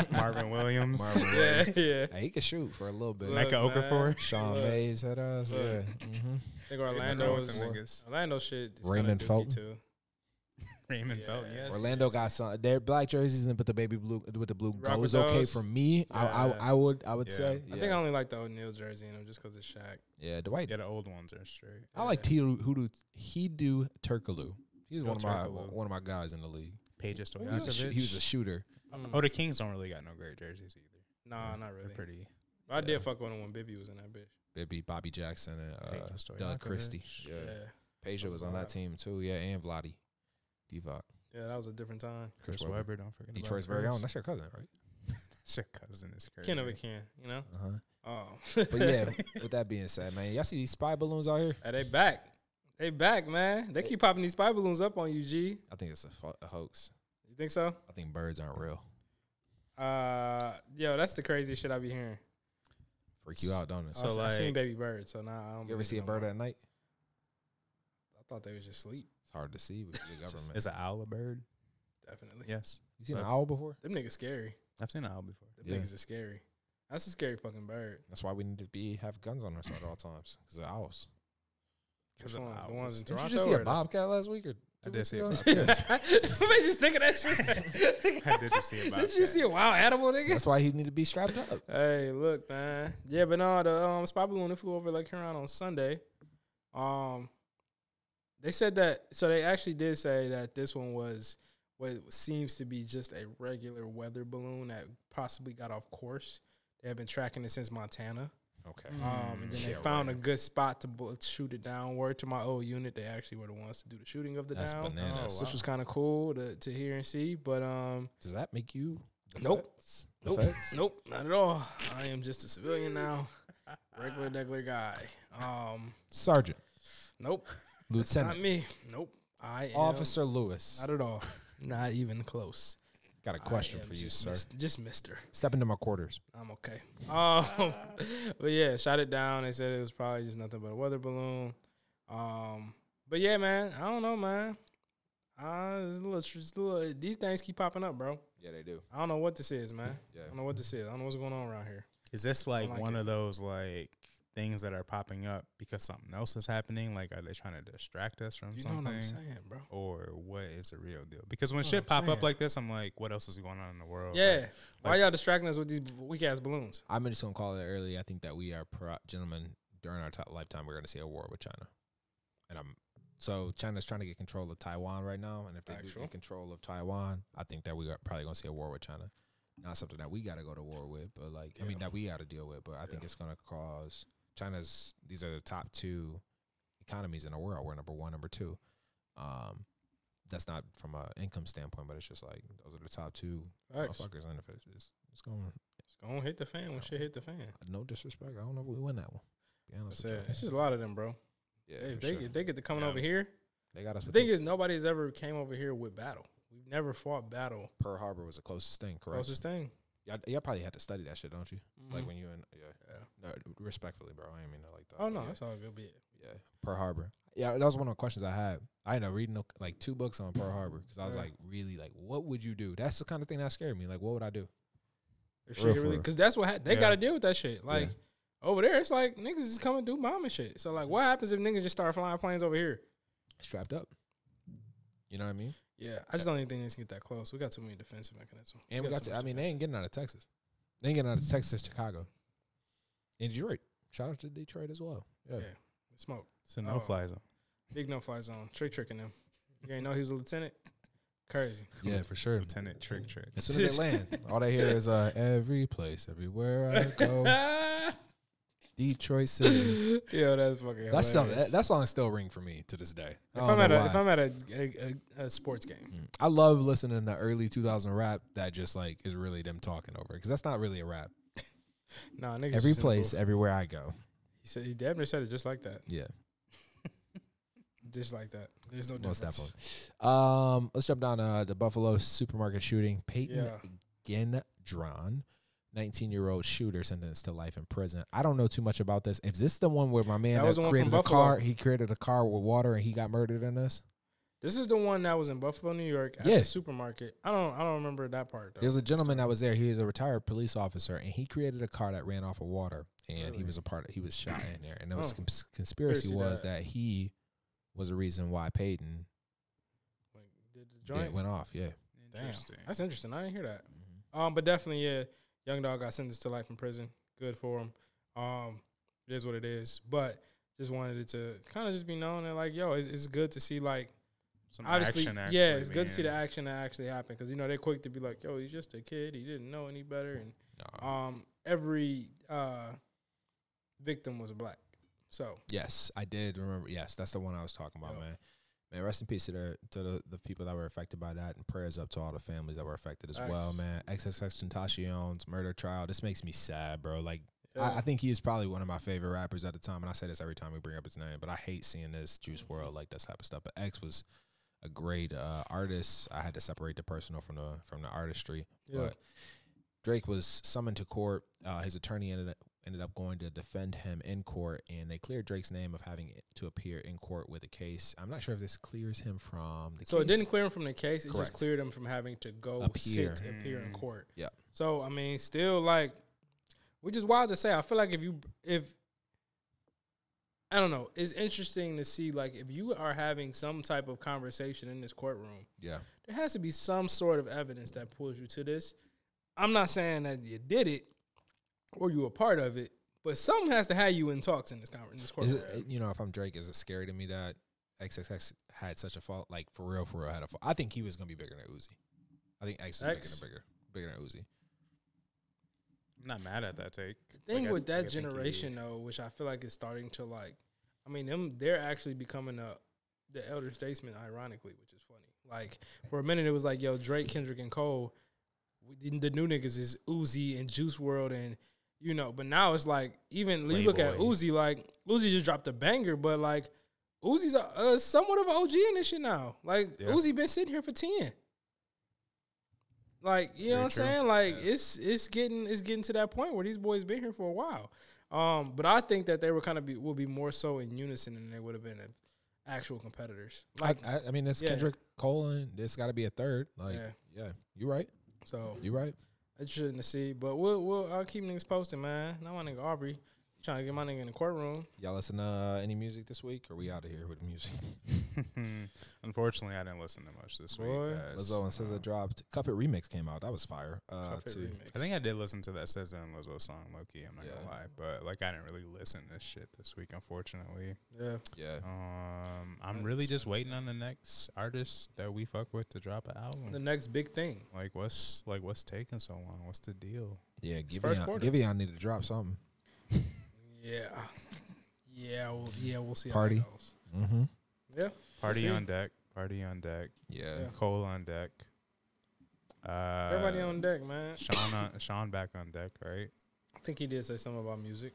S1: ass.
S6: Marvin Williams,
S1: Marvin Williams.
S4: yeah, yeah.
S1: Hey, he could shoot for a little bit.
S4: Look,
S6: Micah Okafor.
S4: man.
S1: Sean
S4: look.
S1: Mays had us.
S4: Look.
S1: Yeah. hmm
S4: I think
S6: He's the
S4: Orlando
S6: goat with
S4: was
S6: them niggas.
S4: Orlando shit. Is
S1: Raymond
S4: Raymond Felton
S1: Felton.
S4: too.
S6: Raymond
S4: Yeah.
S6: Felton. Yes.
S1: Orlando got some. Their black jerseys, but the baby blue with the blue
S4: Rock with
S1: goes okay
S4: those?
S1: for me. I,
S4: Yeah.
S1: I I would I would
S6: Yeah.
S1: say.
S4: I think I only like the O'Neal jersey in him just because it's Shaq.
S1: yeah, Dwight.
S6: Yeah, the old ones are straight.
S1: I like
S4: Yeah.
S1: Tiru Hudu Hidu Turkoglu. He's
S6: Hidu
S1: one of my
S6: Turkoglu.
S1: one of my guys in the league.
S6: Paige
S1: He was, a shoo-
S6: Stojakovic.
S1: he was a shooter.
S6: oh, the Kings don't really got no great jerseys either.
S4: Nah, not really.
S6: They're pretty.
S4: But I
S1: yeah.
S4: did fuck with him when Bibby was in that bitch.
S1: It'd be Bobby Jackson and uh,
S6: Paige
S1: Doug
S6: Stojakovic.
S1: Christie.
S4: Yeah.
S1: Yeah,
S4: That
S1: Peja
S4: was
S1: was on
S4: wild.
S1: that team too. Yeah, and Vladi, Divock,
S4: yeah, that was a different time.
S6: Chris,
S1: Chris
S6: Webber.
S1: Webber.
S6: Don't forget. about
S1: Detroit's very
S6: Chris.
S1: own. That's your cousin, right?
S6: That's your cousin. Is crazy.
S4: Can of it can, you know.
S1: Uh huh.
S4: Oh,
S1: But yeah, with that being said, man, y'all see these spy balloons out here?
S4: Hey, they back. They back, man. They keep popping these spy balloons up on you, G.
S1: I think it's a, fo- a hoax.
S4: You think so?
S1: I think birds aren't real.
S4: Uh, yo, that's the craziest shit I be hearing.
S1: Freak you out, don't it?
S4: So I,
S6: So,
S4: like, seen
S6: like-
S4: baby birds, so nah, I don't.
S1: you ever
S4: believe
S1: see a
S4: no more.
S1: bird at night?
S4: I thought they was just asleep.
S1: It's hard to see with the
S6: It's,
S1: government.
S6: it's an owl a bird.
S4: Definitely.
S6: Yes,
S1: You seen an owl before?
S4: Them niggas scary.
S6: I've seen an owl before.
S4: Them
S1: Yeah.
S4: niggas is scary. That's a scary fucking bird.
S1: That's why we need to be have guns on us at all times because of owls.
S4: Which
S6: of
S4: ones? The
S6: owls.
S4: ones in
S1: Did
S4: Toronto.
S1: you just see a
S4: or the-
S1: bobcat last week? Or
S6: I
S1: two
S6: did
S1: weeks
S6: see a
S1: ago?
S6: bobcat.
S1: Yeah.
S4: they just thinking that shit.
S6: I did just see a
S4: Did you
S6: bobcat.
S4: see a wild animal, nigga?
S1: That's why he need to be strapped up.
S4: Hey, look, man. Yeah, but no, the um, spy balloon it flew over Lake Huron on Sunday. Um, they said that. So they actually did say that this one was what seems to be just a regular weather balloon that possibly got off course. They have been tracking it since Montana.
S1: Okay.
S4: Um, and then they
S1: Yeah,
S4: found
S1: right.
S4: a good spot to bu- shoot it down. Word to my old unit, they actually were the ones to do the shooting of the
S1: That's
S4: down,
S1: bananas.
S6: Oh,
S4: which
S6: wow.
S4: was kind of cool to, to hear and see. But um,
S1: Does that make you? the
S4: Nope.
S1: feds? The
S4: nope,
S1: feds?
S4: nope, not at all. I am just a civilian now, regular, regular guy. Um,
S1: Sergeant,
S4: nope, not
S1: Lieutenant,
S4: me. Nope, I am
S1: Officer Lewis.
S4: Not at all. Not even close.
S1: Got a
S4: I
S1: question
S4: am
S1: for you,
S4: just
S1: sir.
S4: mis- just Mister.
S1: Step into my quarters.
S4: I'm okay. Um, but yeah, shot it down. They said it was probably just nothing but a weather balloon. Um, but yeah, man, I don't know, man. Uh, it's a little, it's a little, these things keep popping up, bro.
S1: Yeah, they do.
S4: I don't know what this is, man.
S1: Yeah.
S4: I don't know what this is. I don't know what's going on around here.
S6: Is this like,
S4: like
S6: one
S4: it.
S6: of those like things that are popping up because something else is happening? Like, are they trying to distract us from
S4: You know
S6: something?
S4: what I'm saying, bro?
S6: Or what is the real deal? Because when
S4: know
S6: shit
S4: what I'm
S6: pop up
S4: saying.
S6: like this, I'm like, what else is going on in the world?
S4: Yeah.
S6: Like,
S4: Why y'all distracting us with these weak ass balloons?
S1: I'm just gonna call it early. I think that we are, pro- gentlemen, during our t- lifetime, we're gonna see a war with China, and I'm so China's trying to get control of Taiwan right now, and if they do
S4: Factual.
S1: get control of Taiwan, I think that we are probably gonna see a war with China. Not something that we got to go to war with, but like I mean that we got to deal with. But I think it's gonna cause China's. These are the top two economies in the world. We're number one, number two. Um, that's not from a income standpoint, but it's just like those are the top two
S4: Facts.
S1: motherfuckers. And if it's, it's, it's going
S4: It's gonna hit the fan when shit hit the fan.
S1: no disrespect. I don't know if we win that one. Be honest
S4: That's
S1: with
S4: it.
S1: you.
S4: It's just a lot of them, bro.
S1: yeah,
S4: Hey,
S1: for
S4: if they,
S1: sure.
S4: if they get to coming
S6: Yeah.
S4: over here.
S1: They got us.
S4: The
S1: With
S4: thing is, nobody's ever came over here with battle. We've never fought battle.
S1: Pearl Harbor was the closest thing, correct?
S4: Closest thing.
S1: Y'all, y'all probably had to study that shit, don't you? Like
S4: Mhm.
S1: when you in, yeah.
S4: Yeah.
S1: No, respectfully, bro. I ain't mean that like that.
S4: Oh
S1: but
S4: no,
S1: yeah,
S4: that's all good. But yeah.
S1: yeah. Pearl Harbor. Yeah, that was one of the questions I had. I ended up reading uh, like two books on Pearl Harbor because I was
S4: Yeah.
S1: like, really, like, what would you do? That's the kind of thing that scared me. Like, what would I do? Real
S4: If shit really,
S1: for real.
S4: because that's what ha- they
S6: Yeah.
S4: got to deal with that shit. Like
S1: Yeah.
S4: over there, it's like niggas is coming through bomb and shit. So like, what happens if niggas just start flying planes over here?
S1: Strapped up. You know what I mean?
S4: Yeah, I just don't even think they can get that close. We got too many defensive mechanisms.
S1: And we got
S4: too
S1: to. I
S4: much
S1: mean, they
S4: defense.
S1: ain't getting out of Texas. They ain't getting out of Texas, Chicago, and Detroit. Shout out to Detroit as well. Yeah.
S4: Yeah. smoke,
S6: It's a no fly zone.
S4: big no fly zone, trick tricking them. You ain't know he was a lieutenant. Crazy.
S1: Yeah, for sure.
S6: Lieutenant Trick Trick.
S1: As soon as they land, all they hear is uh, every place, everywhere I go, Detroit City.
S4: Yo, that's fucking.
S1: That's still,
S4: hilarious.
S1: that, that song still ring for me to this day. I
S4: if
S1: don't
S4: I'm at
S1: know
S4: a, if
S1: why.
S4: I'm at a, a, a, a sports game,
S1: Mm. I love listening to early 2000 rap that just like is really them talking over because that's not really a rap.
S4: nah, niggas
S1: Every
S4: just in the
S1: place,
S4: booth.
S1: everywhere I go.
S4: He said he damn near said it just like that,
S1: Yeah,
S4: just like that. There's no difference.
S1: most definitely. Um, let's jump down uh, the Buffalo supermarket shooting. Peyton
S4: Yeah.
S1: Gendron, 19 year old shooter sentenced to life in prison. I don't know too much about this. Is this the one where my man
S4: That
S1: that
S4: was the one from
S1: created a
S4: Buffalo.
S1: car? He created a car with water and he got murdered in this?
S4: This is the one that was in Buffalo, New York, at
S1: Yeah.
S4: the supermarket. I don't, I don't remember that part though.
S1: There's a gentleman that was there. He is a retired police officer and he created a car that ran off of water and he
S4: Really?
S1: was a part of, he was shot in there. And the was
S4: Oh.
S1: cons- conspiracy
S4: Conspiracy
S1: was
S4: that-
S1: that he was the reason why Peyton
S4: Like, did the
S1: it
S4: joint?
S1: went off. Yeah.
S4: Damn,
S6: Interesting.
S4: that's interesting. I didn't hear that.
S1: Mm-hmm.
S4: Um, but definitely, yeah, young dog got sentenced to life in prison. Good for him. Um, it is what it is. But just wanted it to kind of just be known that like, yo, it's, it's good to see like
S6: Some
S4: obviously,
S6: action actually
S4: yeah, it's good to see the
S6: being-
S4: action that actually happened because you know they're quick to be like, yo, he's just a kid. He didn't know any better, and
S1: No.
S4: um, every uh, victim was black. So
S1: Yes, I did remember. Yes, that's the one I was talking about,
S4: Yeah.
S1: man. Man, rest in peace to the to the, the people that were affected by that, and prayers up to all the families that were affected as well,
S4: Nice.
S1: man. XXX Tentacion's murder trial. This makes me sad, bro. Like, I,
S4: yeah.
S1: I think he is probably one of my favorite rappers at the time, and I say this every time we bring up his name. But I hate seeing this Juice
S4: Mm-hmm.
S1: World like this type of stuff. But X was a great uh, artist. I had to separate the personal from the from the artistry.
S4: Yeah.
S1: But Drake was summoned to court. Uh, his attorney ended up, ended up going to defend him in court, and they cleared Drake's name of having to appear in court with a case. I'm not sure if this clears him from the
S4: So it
S1: case.
S4: didn't clear him from the case. It
S1: Correct.
S4: just cleared him from having to go
S1: Appear.
S4: sit, appear in
S6: Mm.
S4: court.
S1: Yeah.
S4: So I mean, still like, which is wild to say. I feel like if you if I don't know, it's interesting to see like if you are having some type of conversation in this courtroom,
S1: Yeah,
S4: there has to be some sort of evidence that pulls you to this. I'm not saying that you did it or you were part of it, but something has to have you in talks in this conver- in this
S1: Is
S4: courtroom.
S1: it, you know, if I'm Drake, is it scary to me that XXX had such a fault? Like for real, for real, had a fault. I think he was gonna be bigger than Uzi. I think X was
S4: X?
S1: bigger, bigger, bigger than Uzi.
S6: I'm not mad at that take.
S4: thing
S6: Like, I-
S4: with
S6: like, I
S4: that
S6: think he-
S4: generation though, which I feel like is starting to like, I mean them they're actually becoming a the elder statesman, ironically, which is funny. Like for a minute, it was like yo Drake, Kendrick, and Cole, we didn't- the new niggas is Uzi and Juice World and you know, but now it's like even when you look at
S6: Playboy.
S4: Uzi, like Uzi just dropped a banger, but like Uzi's a, uh, somewhat of an OG in this shit now. Like
S6: Yeah.
S4: Uzi been sitting here for ten. Like you know
S6: Very
S4: what I'm
S6: true.
S4: saying? Like it's it's getting it's getting to that point where these boys been here for a while. Um, but I think that they were kind of be will be more so in unison than they would have been if actual competitors. Like
S1: I, I, I mean, it's
S4: Yeah.
S1: Kendrick Cole, and there's got to be a third. Like, yeah.
S4: Yeah.
S1: you right,
S4: so
S1: you right.
S4: interesting to see. But we'll we'll I'll keep niggas posted, man. Now my nigga Aubrey trying to get my nigga in the courtroom.
S1: Y'all listen to uh, any music this week? Or we out of here with music?
S6: Hmm. Unfortunately, I didn't listen to much this
S4: Boy.
S6: week. guys.
S1: Lizzo and SZA dropped. Cuff It remix came out. That was fire. Uh,
S4: Puff It
S1: too.
S4: remix.
S6: Ah, I think I did listen to that SZA and Lizzo song, Loki. I'm not
S1: Yeah.
S6: gonna lie, but like I didn't really listen to shit this week, unfortunately.
S4: yeah.
S1: Yeah.
S6: Um, I'm
S4: That's
S6: really just waiting on the next artist that we fuck with to drop an album.
S4: The next big thing.
S6: like what's like what's taking so long? What's the deal?
S1: Yeah.
S4: first
S1: Giveon,
S4: quarter.
S1: Giveon need to drop something.
S4: Yeah. Yeah, we'll yeah, we'll see
S1: Party.
S4: how that goes.
S1: Mm-hmm.
S4: Yeah.
S6: Party
S4: see.
S6: on deck. Party on deck.
S1: Yeah.
S4: Yeah.
S6: Cole on deck. Uh,
S4: Everybody on deck, man.
S6: Sean on, Sean back on deck, right?
S4: I think he did say something about music.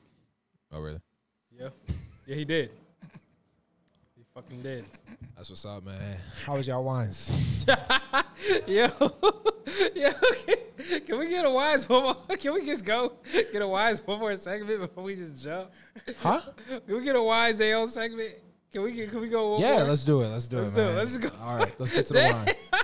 S1: Oh really?
S4: Yeah. Yeah, he did. He fucking did.
S1: That's what's up, man. How was y'all wines?
S4: Yo. Yo. Can, can we get a wise one more? Can we just go get a wise one more segment before we just jump?
S1: huh?
S4: Can we get a wise AO segment? Can we get, can we go one
S1: Yeah.
S4: more?
S1: Let's do it. Let's do
S4: Let's
S1: it.
S4: do it.
S1: man.
S4: Let's go.
S1: All right. Let's get to the wine.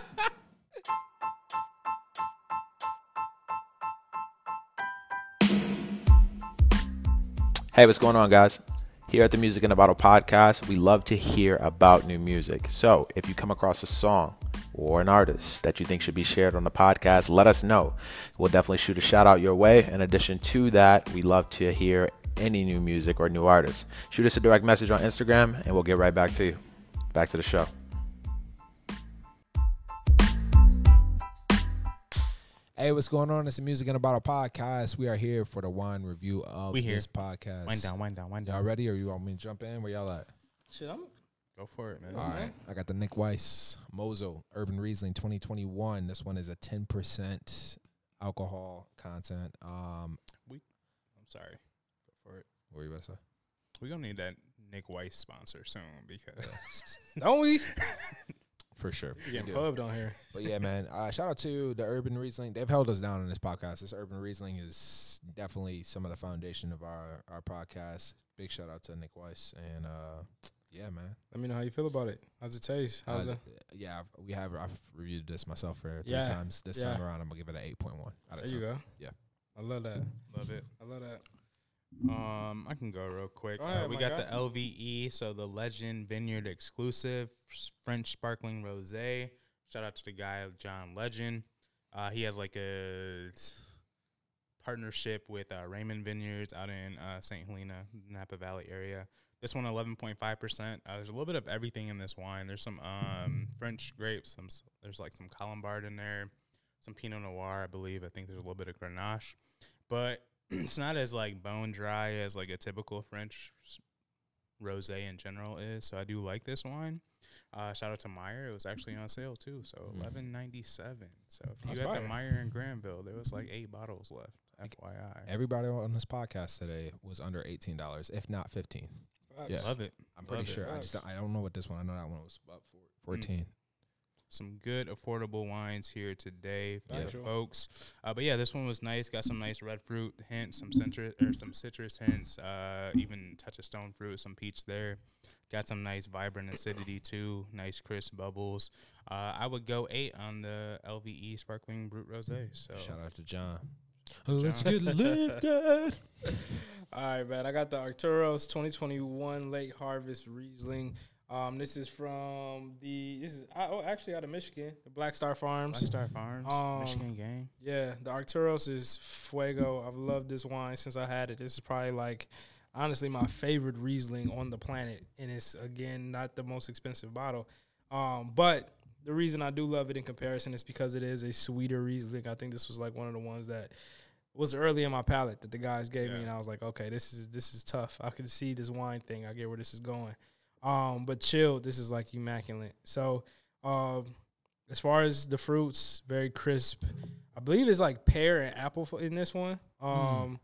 S7: Hey, what's going on, guys? Here at the Music in a Bottle podcast, we love to hear about new music. So if you come across a song or an artist that you think should be shared on the podcast, let us know. We'll definitely shoot a shout out your way. In addition to that, we love to hear any new music or new artists. Shoot us a direct message on Instagram and we'll get right back to you. Back to the show.
S1: Hey, what's going on? It's the Music in a Bottle podcast. We are here for the wine review of
S6: We here.
S1: this podcast.
S6: Wind down, wind down, wind
S1: Y'all
S6: down.
S1: ready? Or you want me to jump in? Where y'all at?
S4: Shit, I'm
S6: Go for it, man.
S1: All right. I got the Nick Weiss Mozo Urban Riesling 2021. This one is a 10% alcohol content. Um,
S6: I'm sorry. Go for it.
S1: what were you about to say?
S6: We're gonna need that Nick Weiss sponsor soon because
S4: don't we
S1: For sure.
S4: we getting pubbed on here.
S1: But yeah, man. Uh, shout out to the Urban Riesling. They've held us down in this podcast. This Urban Riesling is definitely some of the foundation of our, our podcast. Big shout out to Nick Weiss. And uh, yeah, man.
S4: Let me know how you feel about it. How's it taste? How's
S1: Uh,
S4: it?
S1: Yeah, I've- we have. I've reviewed this myself for three
S4: Yeah,
S1: times. This
S4: yeah.
S1: time around, I'm gonna give it an 8.1 out
S4: There
S1: of
S4: you
S1: 10.
S4: go.
S1: Yeah.
S4: I love that.
S6: love it.
S4: I love that.
S6: Um, I can go real quick.
S4: Go
S6: Uh,
S4: ahead,
S6: we
S4: my
S6: got
S4: guy.
S6: the LVE, so the Legend Vineyard exclusive s- French sparkling rosé. Shout out to the guy John Legend. Uh, he has like a s- partnership with uh, Raymond Vineyards out in uh, St. Helena, Napa Valley area. This one, 11.5%. Uh, there's a little bit of everything in this wine. There's some um, French grapes. Some s- there's like some Colombard in there, some Pinot Noir, I believe. I think there's a little bit of Grenache, but it's not as like bone dry as like a typical French s- rosé in general is. So I do like this wine. Uh, shout out to Meyer. It was actually on sale too. So
S1: Mm.
S6: eleven ninety seven. So if
S4: That's
S6: you got
S4: fire.
S6: the Meyer in Granville, there was like eight bottles left. FYI,
S1: Everybody on this podcast today was under eighteen dollars, if not fifteen. Yeah.
S6: love it.
S1: I'm pretty
S6: Love it.
S1: sure. I just I don't know what this one. I know that one was about four,
S4: Mm.
S1: fourteen.
S6: some good affordable wines here today for
S1: Yeah.
S6: the folks. Uh, but yeah, this one was nice. Got some nice red fruit hints, some citrus or some citrus hints, uh, even touch of stone fruit, some peach there. Got some nice vibrant acidity too. Nice crisp bubbles. Uh, I would go eight on the LVE sparkling brut rosé. So
S4: Oh.
S1: Shout out to John. Let's get lifted.
S4: All right, man. I got the Arcturos 2021 Late Harvest Riesling. Um, this is from the this is uh, oh, actually out of Michigan, the Black Star Farms.
S6: Black Star Farms,
S4: Um,
S6: Michigan Gang.
S4: Yeah, the Arcturos is fuego. I've loved this wine since I had it. This is probably like honestly my favorite Riesling on the planet, and it's again not the most expensive bottle. Um, but the reason I do love it in comparison is because it is a sweeter Riesling. I think this was like one of the ones that was early in my palate that the guys gave me,
S6: Yeah.
S4: and I was like, okay, this is this is tough. I can see this wine thing. I get where this is going. Um, but chilled, this is like immaculate. So, um, as far as the fruits, very crisp. I believe it's like pear and apple fo- in this one. Um,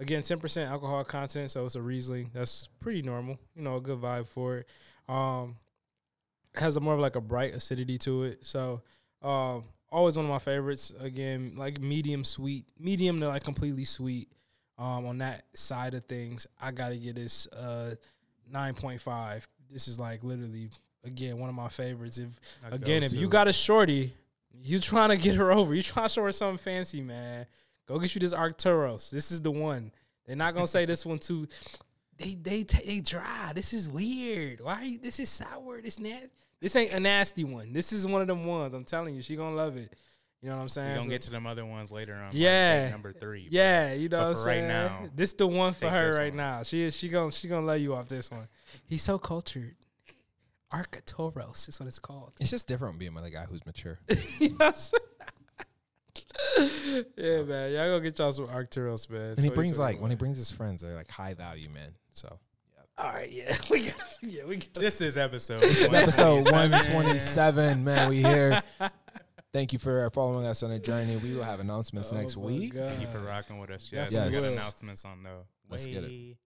S4: again, ten percent alcohol content, so it's a Riesling. That's pretty normal. You know, a good vibe for it. Um, has a more of like a bright acidity to it. So, um, always one of my favorites. Again, like medium sweet, medium to like completely sweet. Um, on that side of things, I gotta get this uh nine point five. This is like literally again one of my favorites. If
S6: I
S4: again,
S6: go
S4: if you
S6: too.
S4: got a shorty, you trying to get her over. You trying to show her something fancy, man. Go get you this Arcturos. This is the one. They're not gonna say this one too. They they ta- they dry. This is weird. Why are you? This is sour. This nasty. This ain't a nasty one. This is one of them ones. I'm telling you, she gonna love it. You know what I'm saying?
S6: We're gonna
S4: So-
S6: get to them other ones later on. like, like
S4: Yeah.
S6: number three.
S4: yeah, you know
S6: But
S4: what I'm
S6: for right
S4: saying.
S6: now,
S4: this the one for
S6: take
S4: her
S6: this
S4: right
S6: one.
S4: now. She is she gonna she gonna let you off this one. He's so cultured. Arcturos is what it's called.
S1: It's just different being with a guy who's mature.
S4: You know what I'm saying? yeah, man. Y'all go get y'all some Arcturos, man.
S1: And he brings like when he brings his friends, they're like high value men. So
S4: all right, yeah, we got, yeah, we got.
S6: This is episode.
S1: episode one twenty seven, man, we here. Thank you for following us on a journey. We will have announcements next
S4: Oh my
S1: week.
S4: God.
S6: Keep it rocking with us.
S4: Yes,
S6: Yes, we got
S1: yes.
S6: announcements on the
S1: Let's get it.
S6: way.